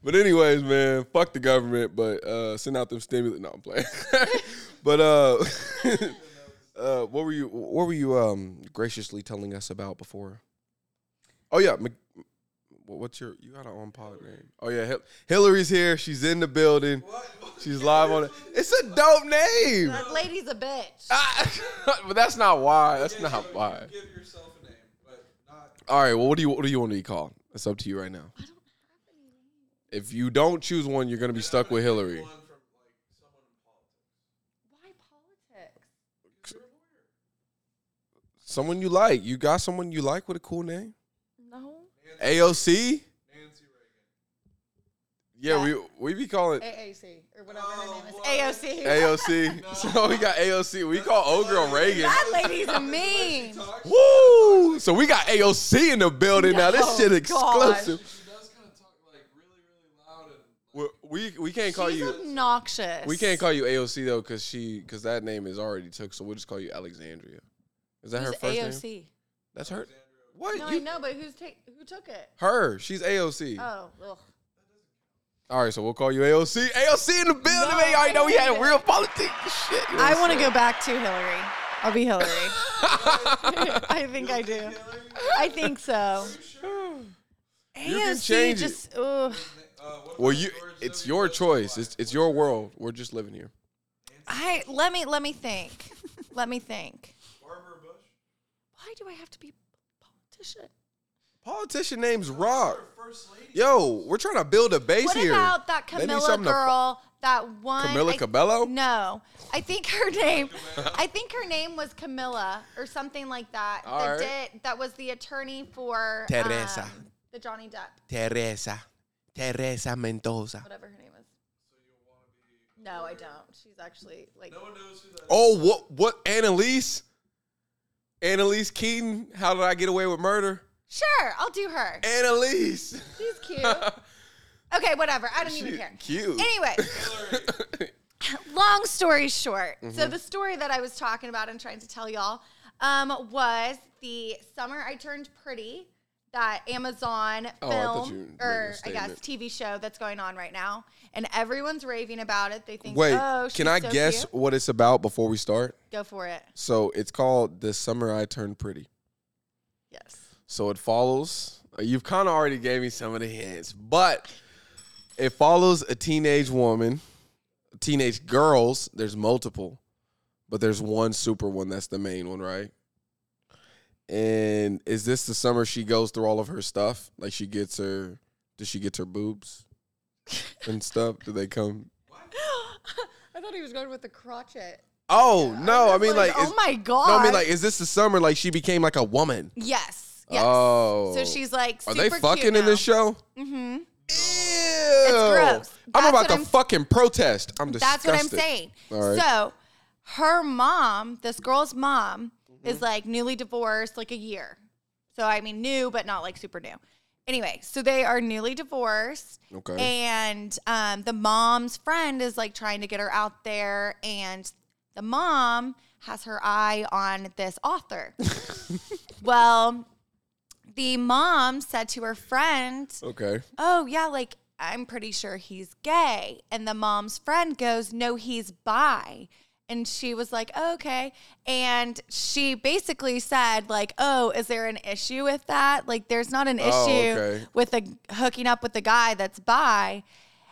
but anyways, man, fuck the government, but uh, send out them stimulus. No, I'm playing. but uh, uh, what were you? What were you um, graciously telling us about before? Oh yeah, Mc- wha- what's your? You got an on pod name? Oh yeah, Hil- Hillary's here. She's in the building. She's live on it. It's a dope name. That lady's a bitch. I- but that's not why. That's not why. All right. Well, what do you what do you want to be called? It's up to you right now. If you don't choose one, you're gonna be stuck with Hillary. Why politics? Someone you like. You got someone you like with a cool name? No. AOC. Yeah, we we be calling AAC or whatever her name is. AOC. AOC. So we got AOC. We call old girl Reagan. That lady's a mean. Woo! So we got AOC in the building now. This Oh, shit gosh. exclusive. We we, we can't call She's you. obnoxious. We can't call you AOC though, cause she, cause that name is already took. So we'll just call you Alexandria. Is that Who's her first AOC. name? That's her. What? No, You- I know, but who's take who took it? Her. She's AOC. Oh, ugh. All right, so we'll call you AOC. AOC in the building. No, man. You already know we had AOC. real politics shit. You know I what want to go back to Hillary. I'll be Hillary. I think I do. I think so. You can AOC change it. just ugh. I'm saying? Well, you. It's your choice. It's it's your world. We're just living here. I let me let me think. let me think. Why do I have to be a politician? Politician names rock. Yo, we're trying to build a base What here. about that They need Camilla something to fu- girl? that one Camila I- Cabello? No, I think her name. I think her name was Camilla or something like that. All that right. did that was the attorney for Teresa. um, the Johnny Depp, Teresa. Teresa Mendoza. whatever her name is. No, I don't. She's actually like Oh, what? What? Annalise? Annalise Keaton? How did I get away with murder? sure. I'll do her. Annalise. She's cute. Okay, whatever. I don't even care. Cute. Anyway, long story short, Mm-hmm. so the story that I was talking about and trying to tell y'all um, was the summer I turned pretty, that Amazon Oh, I thought film you were making a or I guess statement. TV show that's going on right now, and everyone's raving about it. They think, Wait, oh, she's can I so guess cute." what it's about before we start? Go for it. So it's called "The Summer I Turned Pretty." Yes. So it follows. uh, You've kind of already gave me some of the hints, but it follows a teenage woman, teenage girls. There's multiple, but there's one super one that's the main one, right? And is this the summer she goes through all of her stuff? Like she gets her, does she get her boobs and stuff? Do they come? I thought he was going with the crotchet. Oh no! I mean, like, oh is- my god. no, I mean, like, is this the summer like she became like a woman? yes, yes. Oh, So she's like, Are super they cute fucking in now. this show? Mhm. Ew. gross. I'm That's about what to I'm- fucking protest. I'm disgusted. That's what I'm saying. All right. So her mom, this girl's mom, Mm-hmm. is like newly divorced, like a year. So I mean, new, but not like super new. Anyway, so they are newly divorced, Okay. and um, the mom's friend is like trying to get her out there, and the mom has her eye on this author. well, the mom said to her friend, okay. oh yeah like i'm pretty sure he's gay and the mom's friend goes no he's bi and she was like oh, okay and she basically said like oh is there an issue with that like there's not an issue Oh, okay. with a hooking up with a guy that's bi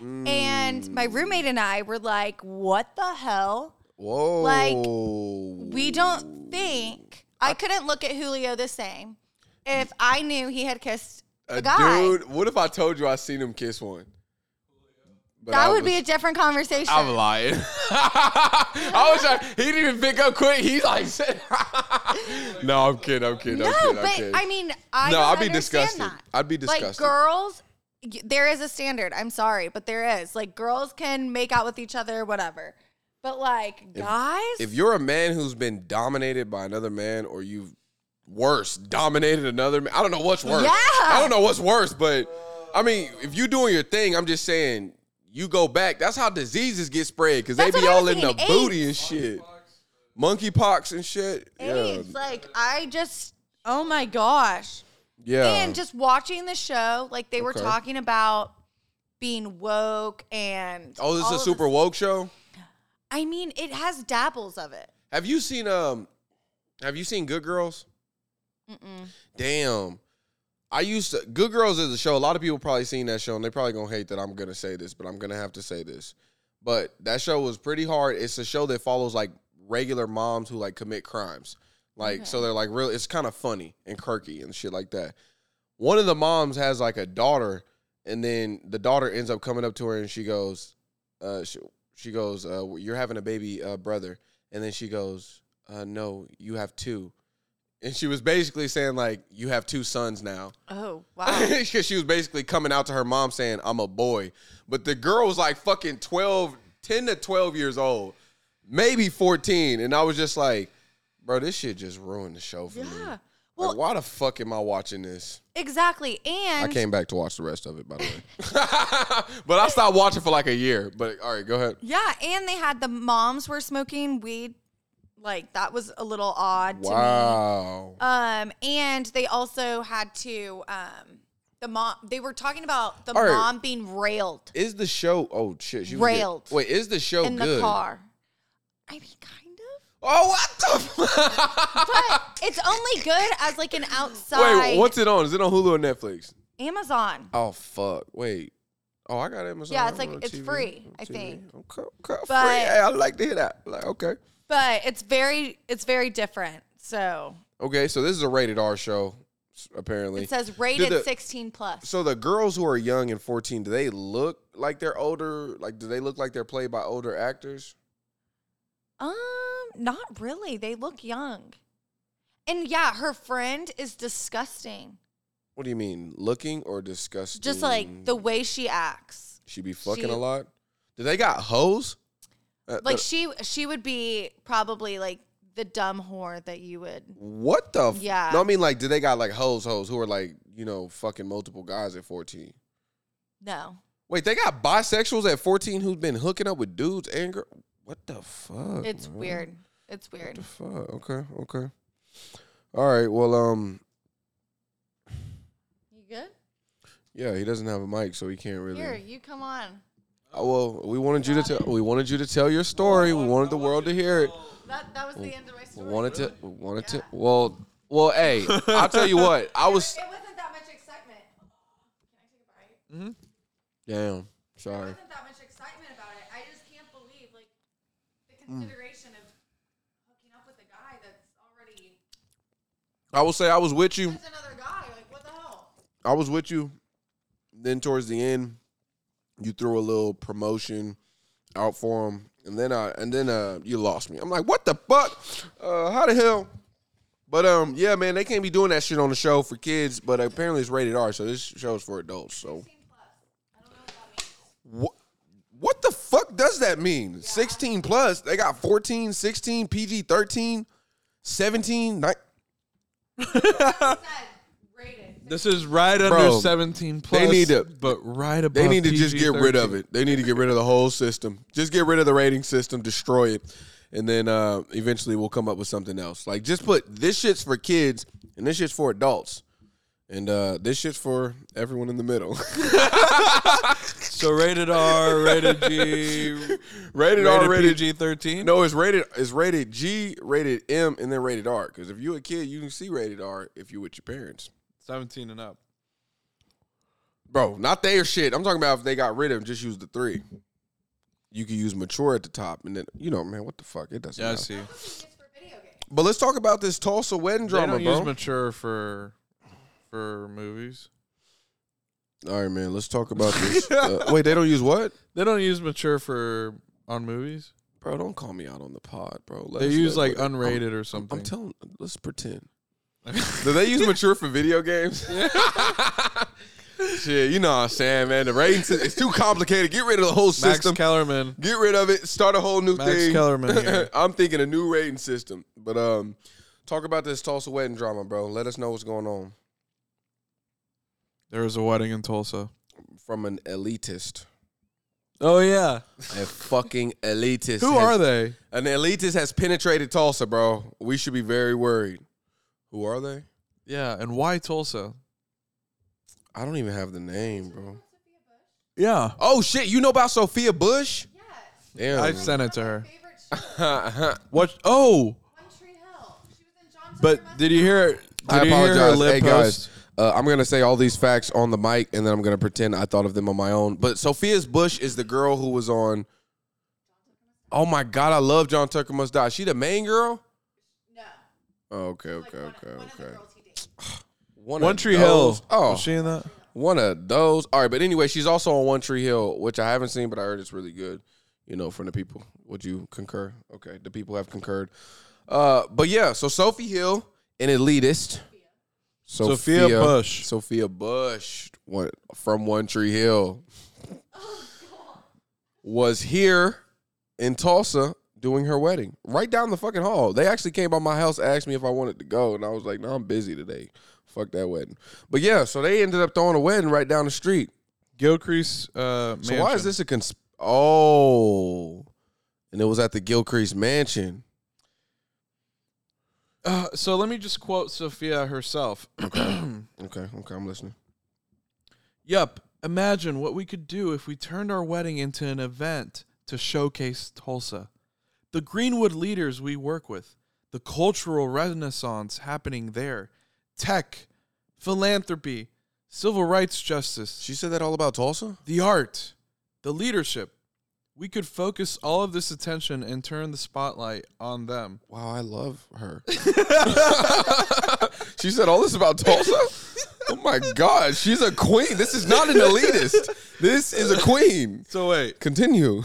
and my Mm. roommate and i were like what the hell Whoa. we don't think Uh, i couldn't look at julio the same if i knew he had kissed a, a guy dude. What if I told you I seen him kiss one? But that I would be a was- different conversation I'm lying. I was like, he didn't even pick up quick. He's like, no, I'm kidding. I'm kidding. No, I'm kidding. I'm but kidding. I mean, I No, don't I'd be understand disgusted. That. I'd be Like disgusted. girls, y- there is a standard. I'm sorry, but there is. Like girls can make out with each other, whatever. But like guys, if you're a man who's been dominated by another man, or you've worse dominated another man, I don't know what's worse. Yeah. I don't know what's worse, but I mean, if you doing your thing, I'm just saying. You go back. That's how diseases get spread because they That's be what I all was in the thinking, booty and shit, monkeypox and shit. AIDS, Yeah, like I just, oh my gosh. yeah. and just watching the show, like they were Okay. talking about being woke and oh, this all is a of super woke show. I mean, it has dabbles of it. Have you seen um have you seen Good Girls? Damn. I used to Good Girls is a show. A lot of people probably seen that show and they probably gonna hate that I'm gonna say this, but I'm gonna have to say this. But that show was pretty hard. It's a show that follows like regular moms who like commit crimes. Like so they're like real it's kind of funny and quirky and shit like that. One of the moms has like a daughter, and then the daughter ends up coming up to her and she goes, uh, she, she goes, uh, you're having a baby uh, brother. And then she goes, uh, no, you have two. And she was basically saying like, you have two sons now. Oh wow. Because she was basically coming out to her mom saying, I'm a boy. But the girl was like fucking 12, 10 to 12 years old, maybe 14. And I was just like, bro, this shit just ruined the show for me. yeah. Well, Well, why the fuck am I watching this? exactly. I And came back to watch the rest of it, by the way. but I stopped watching for like a year. But all right, go ahead. Yeah, and they had the moms were smoking weed. Like that was a little odd Wow. to me. Um, and they also had to um the mom they were talking about the All right. mom being railed Is the show? Oh shit, she was good. Railed. Wait, is the show in good? the car. I mean kind of. Oh, what But it's only good as like an the? outside Wait, what's it on? Is it on Hulu or Netflix? Amazon. Oh fuck, wait. Oh, I got Amazon. Yeah, it's like- on it's TV. free, On I TV. think. Okay, okay, free. But- Hey, I like to hear that. Like, okay, But it's very it's very different. So okay. So this is a rated R show, s- apparently. it says rated the- sixteen plus. So the girls who are young and 14, do they look like they're older? Like, do they look like they're played by older actors? Um, not really. They look young. And yeah, her friend is disgusting. What do you mean, looking or disgusting? Just like Mm. the way she acts. she be fucking she- a lot. Do they got hoes? Uh, Like uh, she she would be probably like the dumb whore that you would. what the? F- Yeah. No, I mean like, do they got like hoes, hoes who are like you know fucking multiple guys at 14? No. Wait, they got bisexuals at 14 who've been hooking up with dudes and girl. What the fuck? It's man? weird. It's weird. The fuck. Okay. Okay. All right. Well, um, You good? yeah, he doesn't have a mic, so he can't really. Here, you come on. Oh, well, we wanted you to tell. We wanted you to tell your story. We wanted the world to hear it. That that was the end of my We story. wanted to. We wanted to. Well, well, hey, I'll tell you what. I was. It wasn't that much excitement. Can I take a bite? Damn. Sorry. There wasn't that much excitement about it. I just can't believe like the Mm. consideration of hooking up with a guy that's already I will say I was with you. There's another guy. Like, what the hell? I was with you. Then towards the end, you threw a little promotion out for him, and then I and then uh you lost me. I'm like, what the fuck? Uh, how the hell? But um, yeah, man, they can't be doing that shit on the show for kids. But apparently, it's rated R, so this show's for adults. So, what what the fuck does that mean? 16 plus, they got 14, 16, PG 13. 17, ni- This is right under Bro, 17 plus. need to- but right above. They need to just get PG-13. rid of it. They need to get rid of the whole system. Just get rid of the rating system, destroy it, and then uh, eventually we'll come up with something else. Like just put this shit's for kids and this shit's for adults, and uh, this shit's for everyone in the middle. So rated R, rated G, rated, rated R, rated G. PG thirteen. No, it's rated. It's rated G, rated M, and then rated R. Because if you're a kid, you can see rated R if you're with your parents. seventeen and up. Bro, not their shit. I'm talking about if they got rid of them, just use the three. You can use mature at the top, and then you know, man, what the fuck? It doesn't. Yeah, I matter. see. But let's talk about this Tulsa wedding They drama, don't use bro. mature for for movies. All right, man. Let's talk about this. Uh, wait, they don't use what? They don't use mature for on movies. Bro, don't call me out on the pod, bro. They Let's- use like let- I'm- unrated or I'm something. telling. Let's pretend. Do they use mature for video games? Shit, you know what I'm saying, man. The rating system it's too complicated. Get rid of the whole Max system. Kellerman. Get rid of it. Start a whole new Max thing. Kellerman here. I'm thinking a new rating system. But um, talk about this Tulsa wedding drama, bro. Let us know what's going on There was a wedding in Tulsa. from an elitist. Oh yeah. A fucking elitist. Who are they? An elitist has penetrated Tulsa, bro. We should be very worried. Who are they? Yeah, and why Tulsa? I don't even have the name, bro. Yeah. Oh shit, you know about Sophia Bush? Damn. Oh, I sent it to her. I What oh but did you hear did you hear her apologize. lip Hey guys, post? uh, I'm gonna say all these facts on the mic, and then I'm gonna pretend I thought of them on my own. But Sophia's Bush is the girl who was on. Oh my god, I love John Tucker Must Die. She the main girl? No. Okay, okay, okay, okay. One, One of Tree those? Hill. Oh, Was she in that? One of those. All right, but anyway, she's also on One Tree Hill, which I haven't seen, but I heard it's really good. You know, from the people. Would you concur? Okay, the people have concurred. Uh, but yeah, so Sophie Hill, an elitist. Sophia Bush. Sophia Bush, one, from One Tree Hill, was here in Tulsa doing her wedding, right down the fucking hall. They actually came by my house, asked me if I wanted to go, and I was like, "No, I'm busy today. Fuck that wedding." But yeah, so they ended up throwing a wedding right down the street. Gilcrease uh So why is this a cons? Oh, and it was at the Gilcrease Mansion. uh, so let me just quote Sophia herself. Okay, okay, I'm listening. Yup. Imagine what we could do if we turned our wedding into an event to showcase Tulsa. The Greenwood leaders we work with, the cultural renaissance happening there, tech, philanthropy, civil rights justice, She said that all about Tulsa. the art, the leadership. We could focus all of this attention and turn the spotlight on them. Wow, I love her. she said all this about Tulsa? Oh my God, she's a queen. This is not an elitist. This is a queen. So wait, Continue.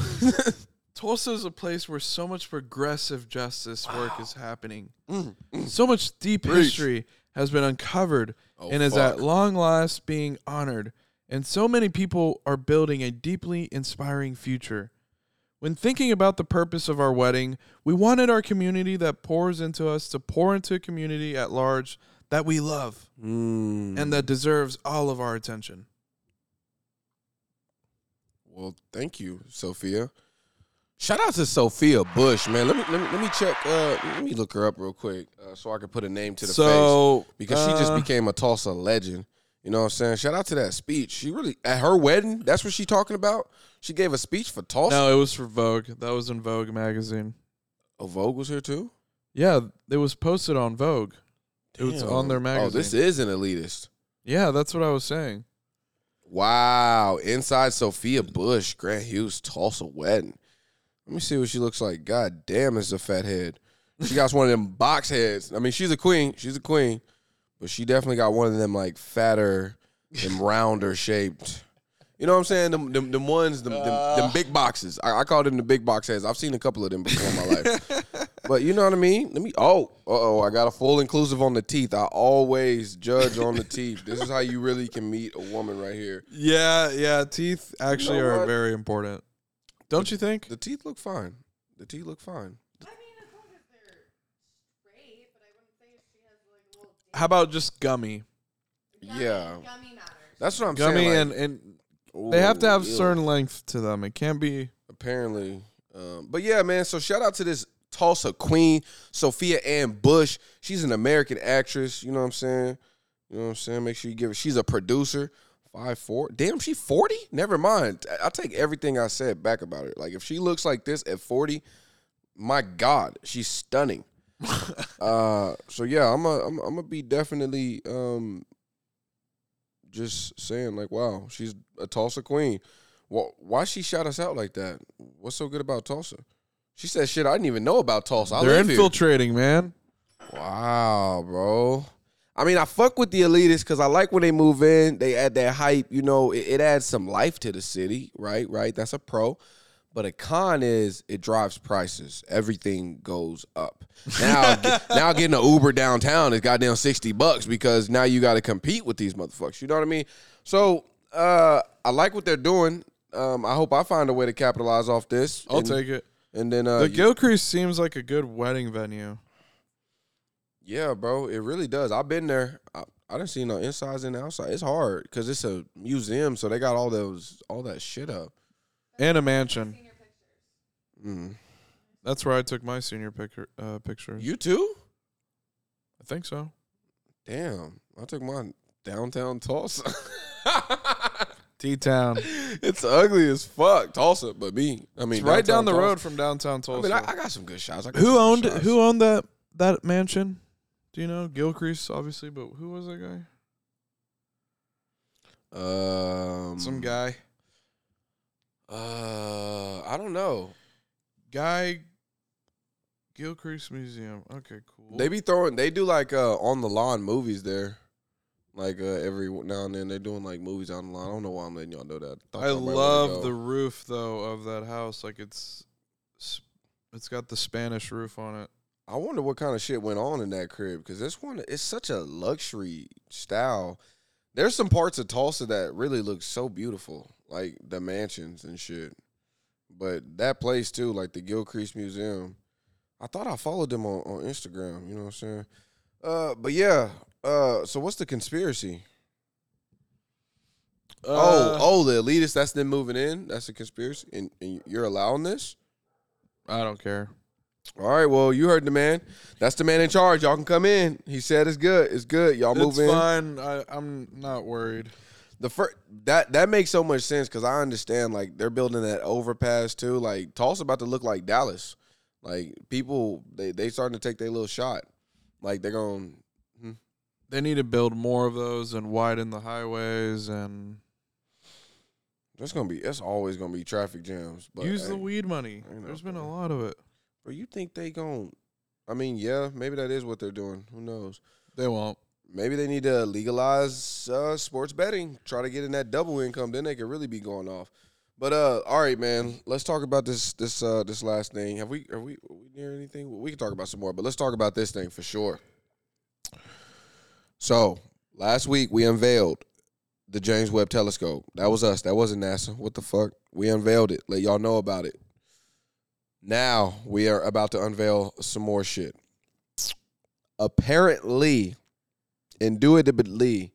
Tulsa is a place where so much progressive justice work is happening. Mm, So much deep history has been uncovered and is at Oh, fuck. long last being honored. And so many people are building a deeply inspiring future. When thinking about the purpose of our wedding, we wanted our community that pours into us to pour into a community at large that we love Mm. and that deserves all of our attention. Well, thank you, Sophia. Shout out to Sophia Bush, man. Let me let me, let me check. Uh, let me look her up real quick uh, so I can put a name to the So, face because she just uh, became a Tulsa legend. You know what I'm saying? Shout out to that speech. She really at her wedding. That's what she talking about. She gave a speech for Tulsa. No, it was for Vogue. That was in Vogue magazine. Oh, Vogue was here too. Yeah, it was posted on Vogue. It was Damn. on their magazine. Oh, this is an elitist. yeah, that's what I was saying. Wow. Inside Sophia Bush, Grant Hughes, Tulsa wedding. Let me see what she looks like. God damn, is a fat head. She got one of them box heads. I mean, she's a queen. She's a queen. But she definitely got one of them like fatter, them rounder shaped. You know what I'm saying? Them, them, them ones, them, them, them big boxes. I, I call them the big box heads. I've seen a couple of them before in my life. But you know what I mean? Let me. Oh, uh oh. I got a full inclusive on the teeth. I always judge on the teeth. This is how you really can meet a woman right here. Yeah, yeah, teeth actually know are what? very important. Don't you think? The teeth look fine. The teeth look fine. How about just gummy? Gummy- Yeah. Gummy matters. That's what I'm Gummy saying. and, like, and they have to ooh, have ew. certain length to them. It can't be apparently. Um, but yeah, man. So shout out to this Tulsa queen, Sophia Ann Bush. She's an American actress. You know what I'm saying? You know what I'm saying? Make sure you give her. She's a producer. Five four. Damn, she forty. Never mind. I- I take everything I said back about her. Like if she looks like this at forty, my God, she's stunning. uh, so yeah, I'm a, I'm, I'm gonna be definitely um, just saying like, wow, she's a Tulsa queen. Well, why she shout us out like that? What's so good about Tulsa? She said shit I didn't even know about Tulsa. I they're live here. infiltrating, man. Wow, bro. I mean, I fuck with the elitists because I like when they move in. They add that hype, you know. It, it adds some life to the city, right? Right. That's a pro. But a con is it drives prices. Everything goes up. Now, get- now getting an Uber downtown is goddamn sixty bucks because now you got to compete with these motherfuckers. You know what I mean? So uh, I like what they're doing. Um, I hope I find a way to capitalize off this. I'll and, take it. And then uh, The you- Gilcrease seems like a good wedding venue. Yeah, bro, it really does. I've been there. I, I didn't see no insides and outside. It's hard because it's a museum, so they got all those all that shit up. And a mansion. Mm-hmm. Mm. That's where I took my senior picture uh, pictures. You too? I think so. Damn, I took mine downtown Tulsa. T Town. it's ugly as fuck, Tulsa, but me. I mean, It's right downtown down the road Tulsa. from downtown Tulsa. I mean, I, I got some good shots. I got some who good owned shots. who owned that that mansion? Do you know Gilcrease, obviously, but who was that guy? Um, Some guy. Uh, I don't know. Guy. Gilcrease Museum. Okay, cool. They be throwing. They do like uh on the lawn movies there. Like uh, every now and then, they're doing like movies on the lawn. I don't know why I'm letting y'all know that. Thought I y'all might wanna love go. the roof though of that house. Like it's, s- it's got the Spanish roof on it. I wonder what kind of shit went on in that crib because this one it's such a luxury style. There's some parts of Tulsa that really look so beautiful, like the mansions and shit. But that place too, like the Gilcrease Museum. I thought I followed them on, on Instagram. You know what I'm saying? Uh, but yeah. Uh, so what's the conspiracy? oh, Uh, oh, the elitists. That's them moving in. That's a conspiracy, and, and you're allowing this. I don't care. All right, well, you heard the man. That's the man in charge. Y'all can come in. He said it's good. It's good. Y'all move it's in. fine. I, I'm not worried. The first that that makes so much sense because I understand like they're building that overpass too. Like Tulsa about to look like Dallas. Like people, they they starting to take their little shot. Like they're going. They need to build more of those and widen the highways and That's gonna be. That's always gonna be traffic jams. But use the hey, weed money. ain't There's no- been a lot of it. Bro, you think they going I mean, yeah, maybe that is what they're doing. Who knows? They won't. Maybe they need to legalize uh, sports betting. Try to get in that double income. Then they could really be going off. But uh, all right, man. Let's talk about this this uh, this last thing. Have we are we, are we near anything? We can talk about some more, but let's talk about this thing for sure. So last week we unveiled the James Webb Telescope. That was us. That wasn't NASA. What the fuck? We unveiled it. Let y'all know about it. Now we are about to unveil some more shit. Apparently, indubitably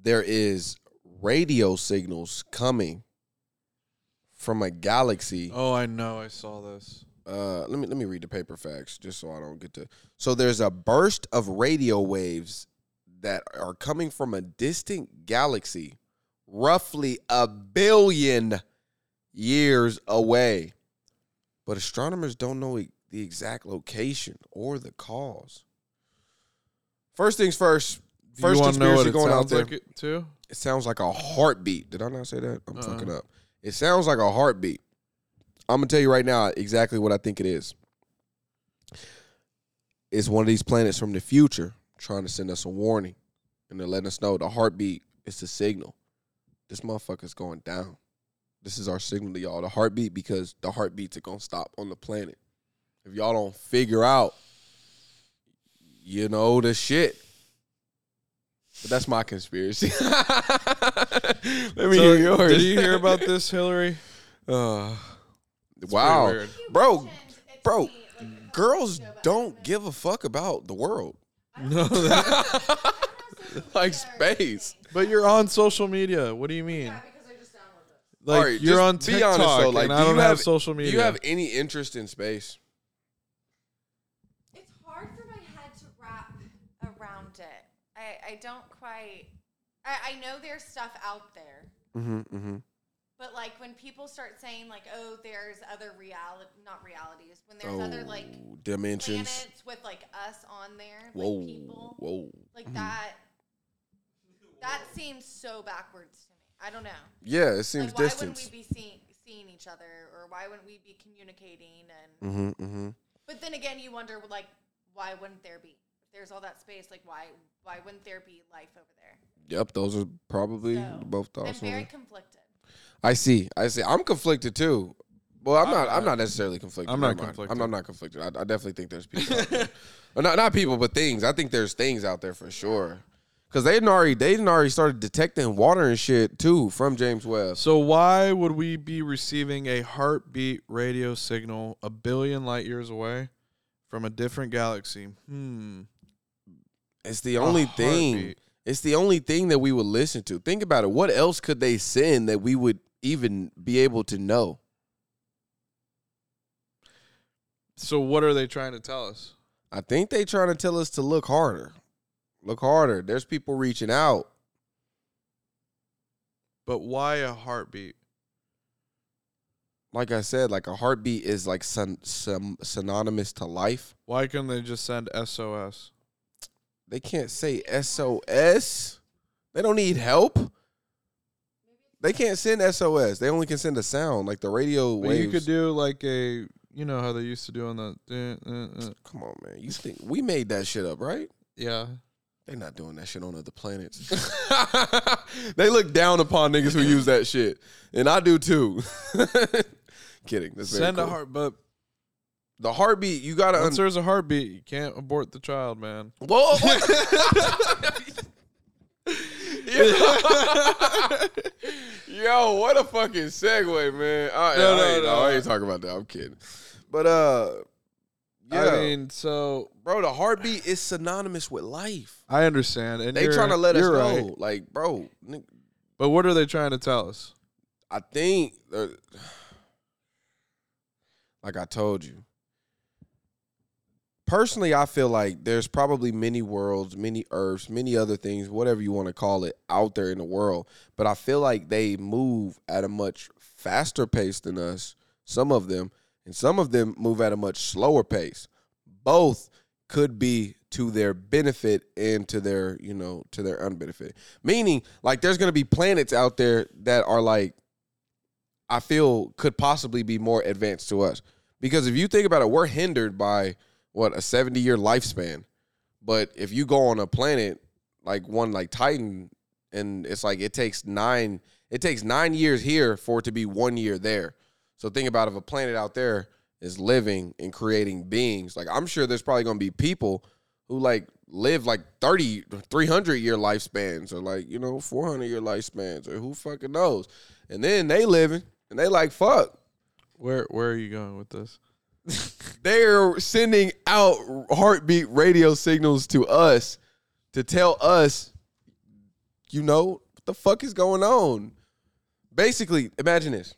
there is radio signals coming from a galaxy. Oh, I know. I saw this. Uh, let me let me read the paper facts just so I don't get to. So there's a burst of radio waves that are coming from a distant galaxy, roughly a billion years away, but astronomers don't know e- the exact location or the cause. First things first. Do First you want to know what conspiracy it going out sounds there. like it too? It sounds like a heartbeat. Did I not say that? I'm Uh-uh. fucking up. It sounds like a heartbeat. I'm gonna tell you right now exactly what I think it is. It's one of these planets from the future trying to send us a warning, and they're letting us know the heartbeat is the signal. This motherfucker's going down. This is our signal to y'all. The heartbeat because the heartbeats are gonna stop on the planet. If y'all don't figure out, you know the shit. But that's my conspiracy. Let me hear So, yours. Did you hear about this, Hillary? Uh, It's wow, pretty weird. bro, bro, girls don't give a fuck about the world. No, that, like space. but you're on social media. What do you mean? because I just downloaded it. Like All right, you're just on Be TikTok, honest, though, like, and do I you don't have, have social media. Do you have any interest in space? It's hard for my head to wrap around it. I, I don't quite. I, I know there's stuff out there, Mm-hmm, mm-hmm. but like when people start saying like, oh, there's other reality, not realities, when there's other Oh, like dimensions. planets with like us on there, Whoa, like people, whoa. mm-hmm. like that. That seems so backwards to me. I don't know. Yeah, it Like, seems why distant. wouldn't we be seeing seeing each other, or why wouldn't we be communicating and Mm-hmm, mm-hmm. But then again, you wonder like why wouldn't there be? If there's all that space, like why why wouldn't there be life over there? Yep, those are probably So, both I'm thoughts. on very it. conflicted. I see. I see. I'm conflicted too. Well, I'm not. I'm not necessarily conflicted. I'm not Never mind. conflicted. I'm, I'm not conflicted. I, I definitely think there's people. out there. Well, not not people, but things. I think there's things out there for sure. Cause they didn't already they didn't already started detecting water and shit too from James Webb. So why would we be receiving a heartbeat radio signal a billion light years away from a different galaxy? Hmm. It's the only A thing. heartbeat. It's the only thing that we would listen to. Think about it. What else could they send that we would even be able to know? So what are they trying to tell us? I think they trying to tell us to look harder. Look harder. There's people reaching out. But why a heartbeat? Like I said, like a heartbeat is like some some synonymous to life. Why couldn't they just send SOS? They can't say SOS. They don't need help. They can't send SOS. They only can send a sound like the radio But waves. you could do like a, you know how they used to do on the, uh, uh, uh. Come on, man. You think we made that shit up, right? yeah. They're not doing that shit on other planets. they look down upon niggas who use that shit, and I do too. Kidding. That's very Send a cool. heart, but The heartbeat. You gotta. once Un- there's a heartbeat, you can't abort the child, man. Whoa. Yo, what a fucking segue, man. I, No, I no, ain't, no. I ain't talking about that. I'm kidding. But uh, yeah, I mean, so bro, the heartbeat is synonymous with life. I understand, and They you're- trying to let us you're know, right. like, bro, nigga, But what are they trying to tell us? I think, uh, like I told you, personally, I feel like there's probably many worlds, many Earths, many other things, whatever you want to call it, out there in the world. But I feel like they move at a much faster pace than us, some of them, and some of them move at a much slower pace. Both could be to their benefit and to their, you know, to their unbenefit. Meaning, like, there's going to be planets out there that are like, I feel could possibly be more advanced to us. Because if you think about it, we're hindered by what a 70 year lifespan. But if you go on a planet like one like Titan, and it's like it takes nine, it takes nine years here for it to be one year there. So think about if a planet out there is living and creating beings. Like I'm sure there's probably gonna be people who like live like 30 300 year lifespans or like you know 400 year lifespans or who fucking knows and then they living and they like fuck Where Where are you going with this? they're sending out heartbeat radio signals to us to tell us, you know, what the fuck is going on. Basically, imagine this.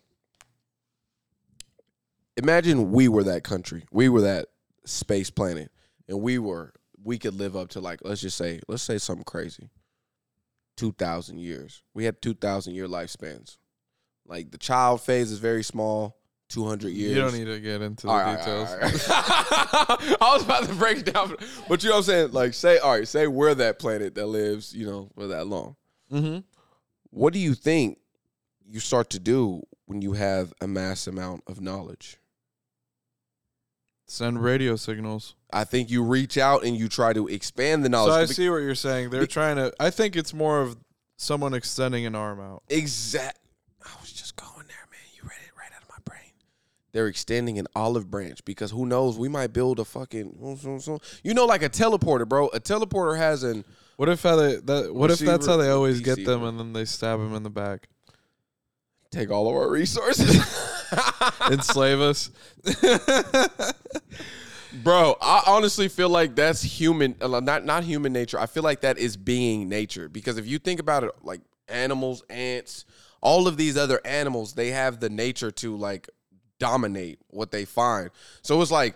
Imagine we were that country, we were that space planet, and we were we could live up to like let's just say let's say something crazy. Two thousand years. We had two thousand year lifespans. Like the child phase is very small. Two hundred years. You don't need to get into the All right, all details. right, all right. I was about to break it down, but you know what I'm saying? Like, say, all right, say we're that planet that lives, you know, for that long. Mm-hmm. What do you think you start to do when you have a mass amount of knowledge? Send radio signals. I think you reach out and you try to expand the knowledge. so I Be- see what you're saying. They're trying to. I think it's more of someone extending an arm out. Exact. I was just going there, man. You read it right out of my brain. They're extending an olive branch because who knows? We might build a fucking, you know, like a teleporter, bro. A teleporter has an What if how they, that? What if that's how Receiver they or always get them, receiver? and then they stab him in the back, take all of our resources. enslave us? Bro, I honestly feel like that's human, uh, not not human nature. I feel like that is being nature because if you think about it, like animals, ants, all of these other animals, they have the nature to like dominate what they find. So it's like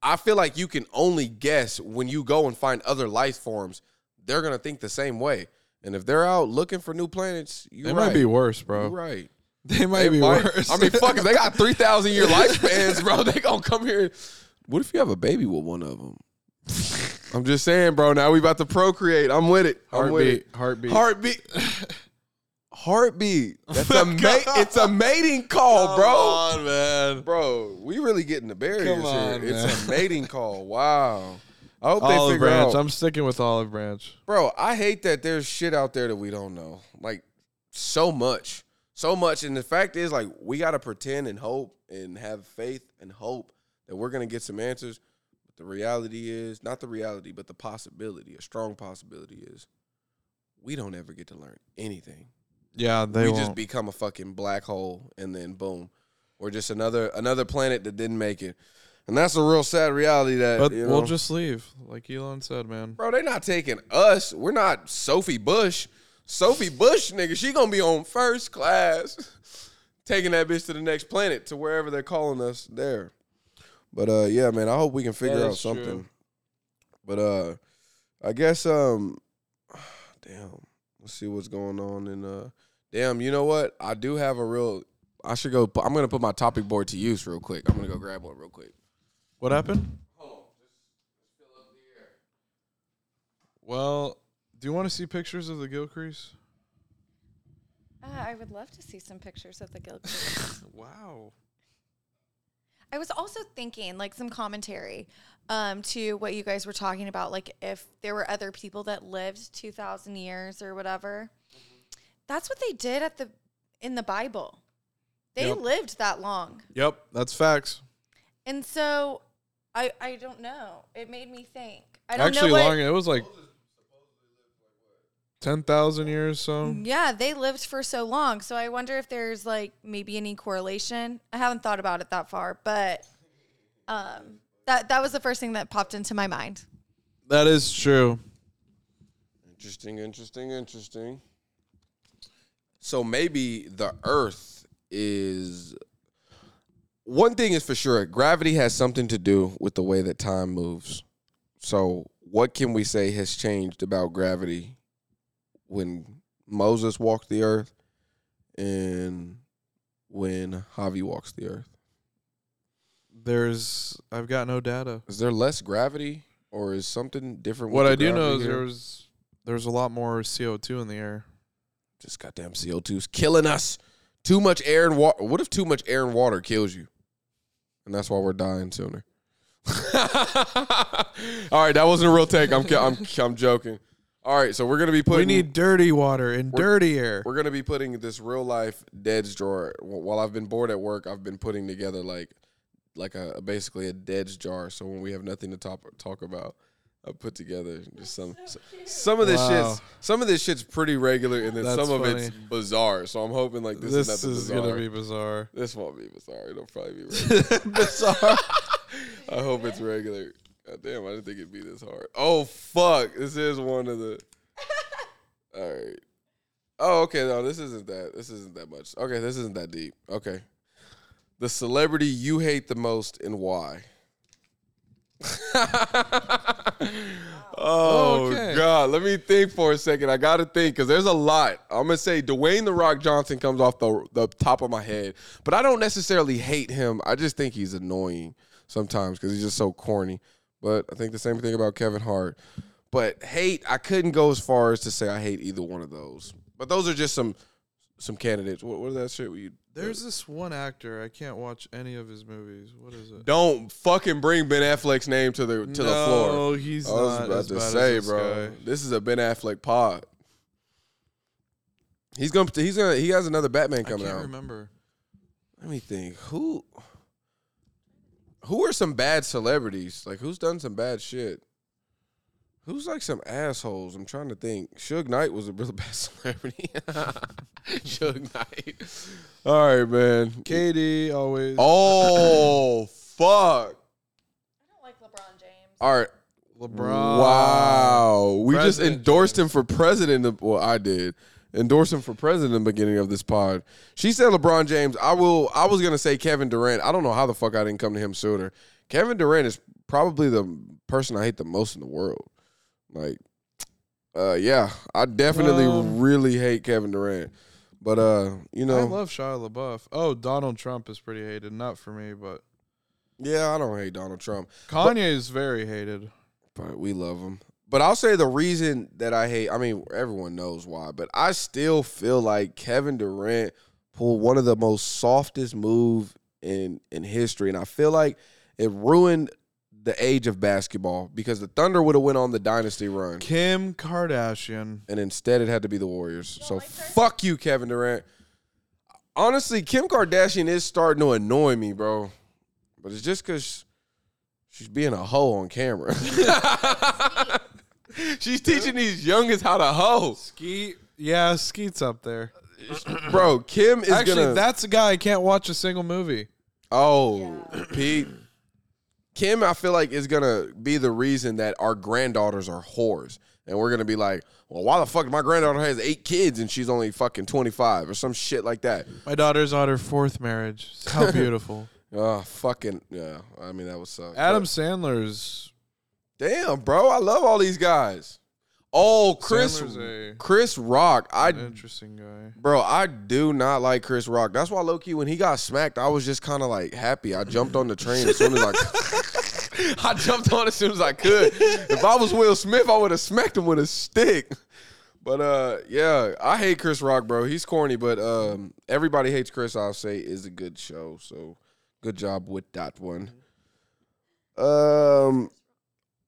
I feel like you can only guess when you go and find other life forms. They're gonna think the same way, and if they're out looking for new planets, you They right. might be worse, You bro. right. They might They be might- worse. I mean, fuck, if they got 3,000 year lifespans, bro, they gonna come here. What if you have a baby with one of them? I'm just saying, bro. Now we about to procreate. I'm with it. I'm with heartbeat, it. heartbeat. Heartbeat. Heartbeat. That's a ma- it's a mating Oh, call, bro. Come on, man. Bro, we really getting the barriers Come on, here. It's man. a mating call. Wow. I hope they Olive figure branch. out. I'm sticking with olive branch. Bro, I hate that there's shit out there that we don't know. Like so much. So much. And the fact is, like, we gotta pretend and hope and have faith and hope that we're gonna get some answers. But the reality is, not the reality, but the possibility, a strong possibility is we don't ever get to learn anything. Yeah, they we won't. just become a fucking black hole and then boom. We're just another another planet that didn't make it. And that's a real sad reality that but you we'll know- just leave, like Elon said, man. Bro, they're not taking us. We're not Sophie Bush. Sophie Bush, nigga, she gonna be on first class, taking that bitch to the next planet, to wherever they're calling us there. But uh, yeah, man, I hope we can figure That out is true. something. But uh, I guess um, damn, let's see what's going on in uh, damn. You know what? I do have a real. I should go. I'm gonna put my topic board to use real quick. I'm gonna go grab one real quick. What happened? Well, do you want to see pictures of the gill crease? Uh, I would love to see some pictures of the guild. group. Wow. I was also thinking, like, some commentary um, to what you guys were talking about, like if there were other people that lived two thousand years or whatever. That's what they did at the in the Bible. They Yep. lived that long, Yep, that's facts. and so I I don't know. It made me think. I don't Actually, know what. long. It was like ten thousand years. So Yeah, they lived for so long. So I wonder if there's like maybe any correlation. I haven't thought about it that far, but um, that that was the first thing that popped into my mind. that is true. Interesting, interesting, interesting. So maybe the Earth is. One thing is for sure gravity has something to do with the way that time moves. So, what can we say has changed about gravity when Moses walked the earth and when Javi walks the earth? There's I've got no data. Is there less gravity or is something different? with What the I do gravity know is here? there was there's a lot more CO two in the air. Just goddamn CO2's killing us. Too much air and water. What if too much air and water kills you? And that's why we're dying sooner. All right, that wasn't a real take. I'm ki- I'm I'm joking. All right, so we're gonna be We putting need dirty water and We're- dirty air. we're gonna be putting this real life deads drawer. Wh- While I've been bored at work, I've been putting together like like a basically a deads jar. So when we have nothing to talk talk about, I put together just some some of this Wow. shit's some of this shit's pretty regular, and then That's some of it's funny. bizarre. So I'm hoping like this, is, This, nothing is bizarre. gonna be bizarre. This won't be bizarre. It'll probably be regular. bizarre. I hope it's regular. God damn, I didn't think it'd be this hard. Oh fuck, this is one of the. All right. Oh, okay. No, this isn't that. This isn't that much. Okay, this isn't that deep. Okay. The celebrity you hate the most and why? oh Okay. God, let me think for a second. I gotta think because there's a lot. I'm gonna say Dwayne the Rock Johnson comes off the the top of my head, but I don't necessarily hate him. I just think he's annoying sometimes because he's just so corny. But I think the same thing about Kevin Hart. But hate, I couldn't go as far as to say I hate either one of those. But those are just some some candidates. What, what is that shit? We There's this one actor I can't watch any of his movies. What is it? don't fucking bring Ben Affleck's name to the to the floor. No, he's I was not about as to bad as say, this bro, guy. this is a Ben Affleck pod. He's gonna, he's gonna, he has another Batman I can't coming out. remember. Let me think. Who, who are some bad celebrities? Like, who's done some bad shit? Who's like some assholes? I'm trying to think. Suge Knight was a really bad celebrity. Suge Knight. All right, man. Katie always. Oh fuck. I don't like LeBron Art. LeBron. Wow. We just President. endorsed him for president. Of, well, I did. Endorse him for president in the beginning of this pod. She said LeBron James. I will I was gonna say Kevin Durant. I don't know how the fuck I didn't come to him sooner. Kevin Durant is probably the person I hate the most in the world. Like, uh yeah. I definitely Well- really hate Kevin Durant. But uh, you know I love Shia LaBeouf. Oh, Donald Trump is pretty hated. Not for me, but Yeah, I don't hate Donald Trump. Kanye is very hated. but we love him. But I'll say the reason that I hate, I mean, everyone knows why, but I still feel like Kevin Durant pulled one of the most softest move in in history and I feel like it ruined the age of basketball because the Thunder would have went on the dynasty run Kim Kardashian. and instead it had to be the Warriors. So fuck you Kevin Durant. Honestly, Kim Kardashian is starting to annoy me, bro. But it's just cuz she's being a hoe on camera. She's teaching these youngins how to hoe. Skeet. Yeah, Skeet's up there. Bro, Kim is Actually, gonna. that's a guy I can't watch a single movie. oh, Pete. Kim, I feel like is gonna be the reason that our granddaughters are whores, and we're gonna be like, well, why the fuck my granddaughter has eight kids and she's only fucking twenty five or some shit like that. My daughter's on her fourth marriage. How beautiful. Oh, fucking yeah. I mean, that would suck. Adam Sandler's But- damn, bro, I love all these guys. Oh, Chris, Sandler's a- Chris Rock. I an interesting guy. Bro, I do not like Chris Rock. That's why low key when he got smacked, I was just kind of like happy. I jumped on the train as soon as I I jumped on as soon as I could. If I was Will Smith, I would have smacked him with a stick. But uh yeah, I hate Chris Rock, bro. He's corny, but um everybody hates Chris, I'll say is a good show. So good job with that one. Um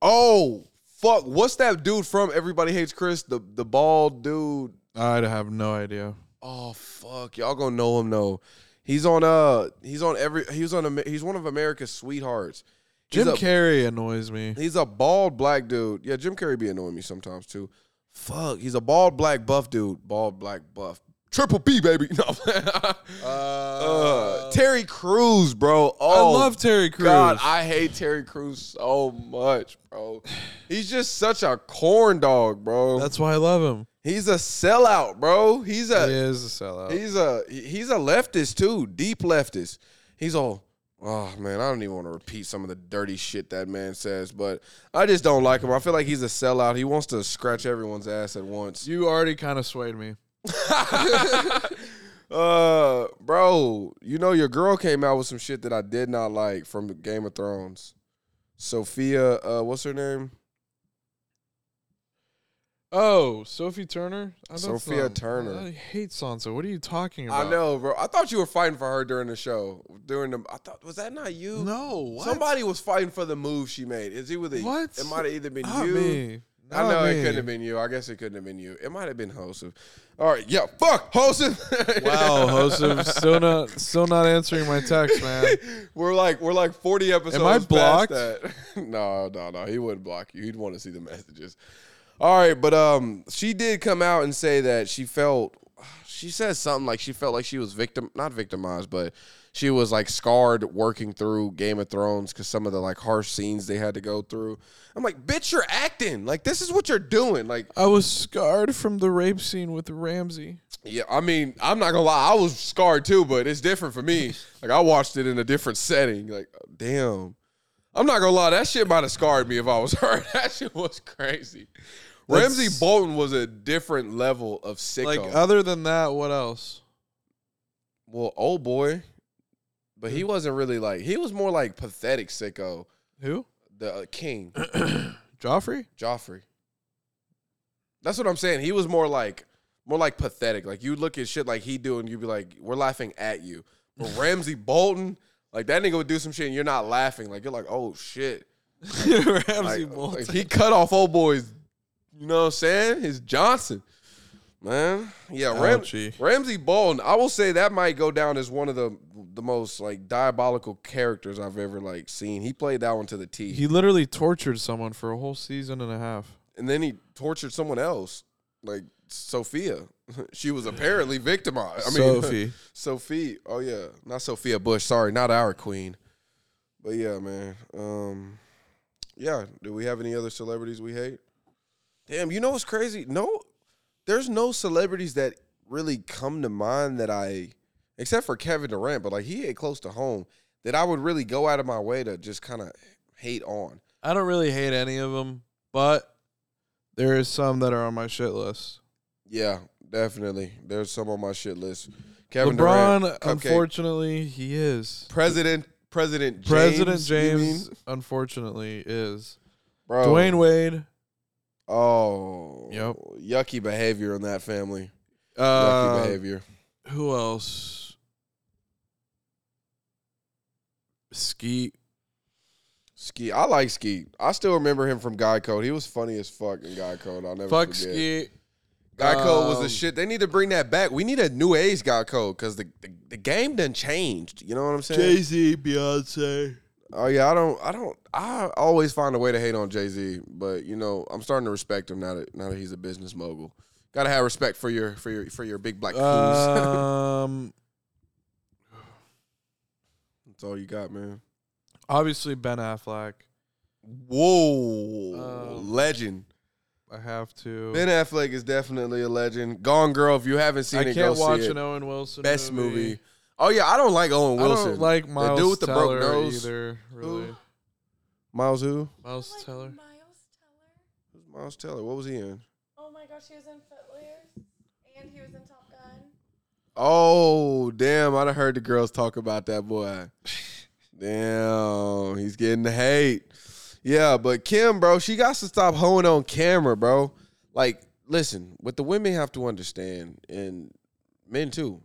oh fuck, what's that dude from Everybody Hates Chris? The the bald dude I'd have no idea. Oh fuck, y'all gonna know him though. He's on uh, he's on every, he was on, Amer- he's one of America's sweethearts. He's Jim a- Carrey annoys me. He's a bald black dude. Yeah, Jim Carrey be annoying me sometimes too. Fuck, he's a bald black buff dude. Bald black buff. Triple B baby. No. Uh, Terry Crews, bro. Oh, I love Terry Crews. God, I hate Terry Crews so much, bro. He's just such a corn dog, bro. That's why I love him. he's a sellout, bro. He's a He is a sellout. He's a he- he's a leftist too, deep leftist. He's all oh man, I don't even want to repeat some of the dirty shit that man says, but I just don't like him. I feel like he's a sellout. He wants to scratch everyone's ass at once. you already kind of swayed me. Uh, bro, you know your girl came out with some shit that I did not like from Game of Thrones. Sophia, uh, what's her name? Oh, Sophie Turner. I don't- Sophia that's Turner. I hate Sansa. What are you talking about? I know, bro. I thought you were fighting for her during the show. During the, I thought was that not you? No. What? Somebody was fighting for the move she made. Is he with the What? It might have either been Not you. me. I Not know it me. couldn't have been you. I guess it couldn't have been you. It might have been Joseph. All right, yeah. Fuck Joseph. Wow, Joseph, still not still not answering my text, man. we're like we're like forty episodes. I past blocked? that. no, no, no. He wouldn't block you. He'd want to see the messages. All right, but um, she did come out and say that she felt. She said something like she felt like she was victim, not victimized, but she was like scarred working through Game of Thrones because some of the like harsh scenes they had to go through. I'm like, bitch, you're acting like this is what you're doing. Like, I was scarred from the rape scene with Ramsey. Yeah, I mean, I'm not gonna lie, I was scarred too, but it's different for me. Like I watched it in a different setting. Like, damn. I'm not gonna lie, that shit might have scarred me if I was hurt. That shit was crazy. Ramsey That's- Bolton was a different level of sicko. Like other than that, what else? well, old boy, but Mm. he wasn't really like he was more like pathetic sicko. Who? The uh, king, Joffrey? Joffrey. That's what I'm saying. He was more like more like pathetic. Like you look at shit like he do and you'd be like, we're laughing at you. But Ramsey Bolton, like that nigga would do some shit and you're not laughing. Like you're like, oh shit. Ramsey Like, like, he cut off old boys. You know what I'm saying? His Johnson. Man. Yeah, Ram- Ouchie. Ramsey Bolton. I will say that might go down as one of the the most like diabolical characters I've ever like seen. He played that one to the T. He literally tortured someone for a whole season and a half. and then he tortured someone else, like Sophia. she was apparently victimized. I mean, Sophie. Sophie. Oh yeah, not Sophia Bush. Sorry, not our queen. But yeah, man. Um, Yeah. Do we have any other celebrities we hate? Damn, you know what's crazy? No, there's no celebrities that really come to mind that I, except for Kevin Durant, but like he hit close to home that I would really go out of my way to just kind of hate on. I don't really hate any of them, but there is some that are on my shit list. Yeah, definitely. There's some on my shit list. Kevin LeBron, Durant, Cupcake, unfortunately, he is. President, President, James, President you James, mean? unfortunately, is. bro. Dwayne Wade, Oh, Yep. yucky behavior in that family. yucky uh, behavior. who else? Skeet. Ski. I like Ski. I still remember him from Guy Code. He was funny as fuck in Guy Code. I'll never Fuck forget. Skeet. Guy Code was the Um, shit. They need to bring that back. We need a new age Guy Code because the, the the game done changed. You know what I'm saying? Z, Beyonce. Oh yeah, I don't, I don't, I always find a way to hate on Jay Z, but you know, I'm starting to respect him now that now that he's a business mogul. Got to have respect for your for your for your big black kings. Um, That's all you got, man. obviously Ben Affleck. Whoa, Um, legend. I have to. Ben Affleck is definitely a legend. Gone Girl, if you haven't seen I it, can't go watch see it. an Owen Wilson. Best movie. movie. Oh yeah, I don't like Owen I Wilson. don't like Miles dude with the broke Teller nose. either. Really, Miles who? Miles Teller. Miles Teller. Who's Miles Teller? What was he in? Oh my gosh, he was in Footloose, and he was in Top Gun. Oh damn! I done heard the girls talk about that boy. damn, he's getting the hate. Yeah, but Kim, bro, she got to stop hoeing on camera, bro. Like, listen, what the women have to understand, and men too,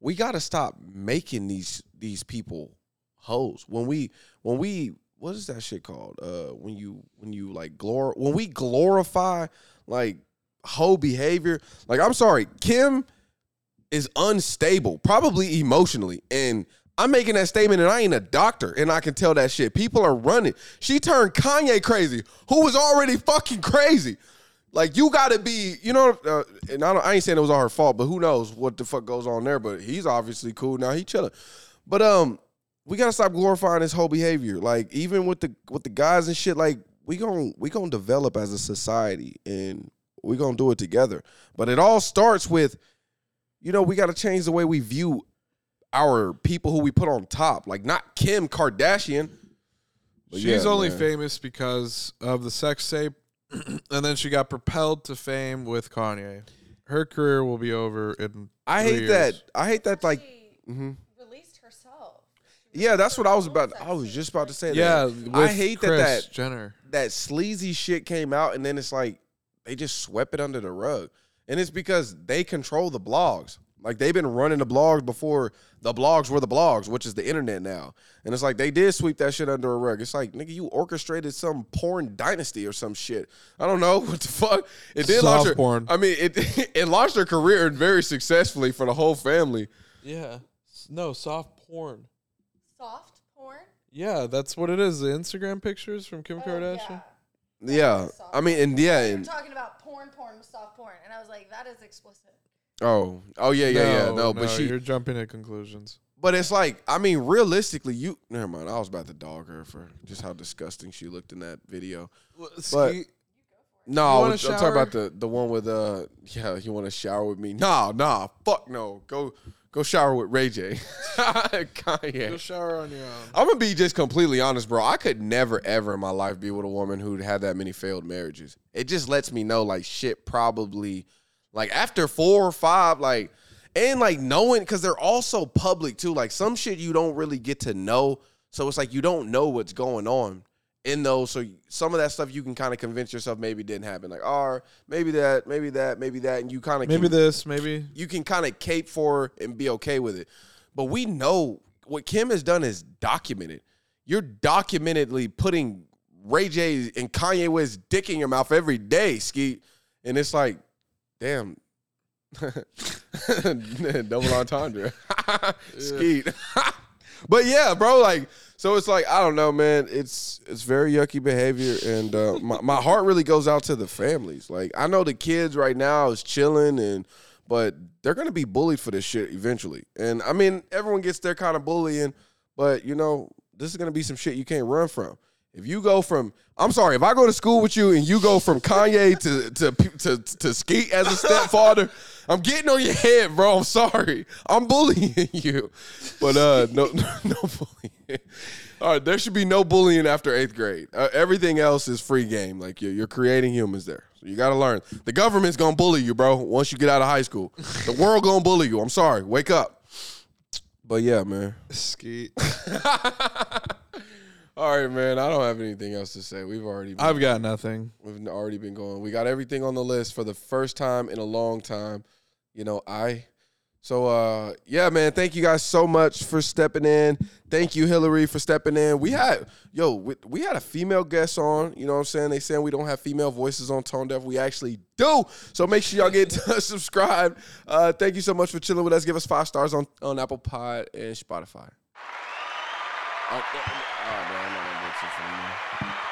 we got to stop making these these people hoes. When we when we what is that shit called? Uh, when you when you like glor when we glorify like hoe behavior. Like, I'm sorry, Kim is unstable, probably emotionally. And I'm making that statement, and I ain't a doctor, and I can tell that shit. People are running. She turned Kanye crazy, who was already fucking crazy. Like you got to be, you know. Uh, and I, don't, I ain't saying it was all her fault, but who knows what the fuck goes on there? But he's obviously cool now. He chilling. But um, we gotta stop glorifying this whole behavior. Like even with the with the guys and shit. Like we gon' we gonna develop as a society, and we gonna do it together. But it all starts with you know, we got to change the way we view our people who we put on top, like not Kim Kardashian. But She's yeah, only man. famous because of the sex tape, and then she got propelled to fame with Kanye. Her career will be over in. I three hate years. that. I hate that. Like, She mhm. released herself. yeah, that's what I was about. I was just about to say. Yeah, that. with I hate Kris that that Jenner. that sleazy shit came out, and then it's like they just swept it under the rug, and it's because they control the blogs. Like they've been running the blogs before the blogs were the blogs, which is the internet now. And it's like they did sweep that shit under a rug. It's like nigga, you orchestrated some porn dynasty or some shit. I don't know what the fuck. It did launch Soft her. porn. I mean, it it launched her career and very successfully for the whole family. Yeah. No soft porn. Soft porn. Yeah, that's what it is. The Instagram pictures from Oh, Kim Kardashian. Yeah, I mean, and yeah, You're and talking about porn, porn with soft porn, and I was like, that is explicit. oh, oh yeah, yeah, yeah. No, but she you're jumping at conclusions. But it's like, I mean, realistically, you never mind. I was about to dog her for just how disgusting she looked in that video. Skeet- No, You I wanna was, I'm talking shower? about the the one with uh, yeah, you want to shower with me? Nah, nah, fuck no. Go go shower with Ray J, Go Kanye. shower on your own. I'm gonna be just completely honest, bro. I could never, ever in my life be with a woman who'd had that many failed marriages. It just lets me know, like, shit, probably, like after four or five, like, and like knowing, because they're also public too. Like some shit you don't really get to know, so it's like you don't know what's going on in those. So you- some of that stuff you can kind of convince yourself maybe didn't happen. Like, or maybe that, maybe that, maybe that, and you kind of Maybe this, maybe. you can kind of cape for and be okay with it. But we know what Kim has done is documented. You're documentedly putting Ray J and Kanye West's dick in your mouth every day, Skeet. And it's like, damn. Double entendre. Skeet. but yeah, bro, like, so it's like, I don't know, man. It's it's very yucky behavior. And uh, my, my heart really goes out to the families. Like, I know the kids right now is chilling and but they're gonna be bullied for this shit eventually. And I mean, everyone gets their kind of bullying, but you know, this is gonna be some shit you can't run from. If you go from, I'm sorry, if I go to school with you and you go from Kanye to to p- to to Skeet as a stepfather, I'm getting on your head, bro. I'm sorry, I'm bullying you, but uh, no, no, no bullying. All right, there should be no bullying after eighth grade. Uh, everything else is free game. Like you're, you're creating humans there. So you got to learn. The government's gonna bully you, bro. Once you get out of high school, the world gonna bully you. I'm sorry. Wake up. But yeah, man. Skeet. All right, man. I don't have anything else to say. We've already been, I've got nothing. we've already been going. We got everything on the list for the first time in a long time. You know, I. So uh yeah, man. Thank you guys so much for stepping in. Thank you, Hillary, for stepping in. We had yo, we, we had a female guest on. You know what I'm saying? They saying we don't have female voices on Tone Deaf. We actually do. So make sure y'all get subscribed. Uh, thank you so much for chilling with us. Give us five stars on on Apple Pod and Spotify. Oh, no, no, oh, no, I'm not gonna do it for you, man.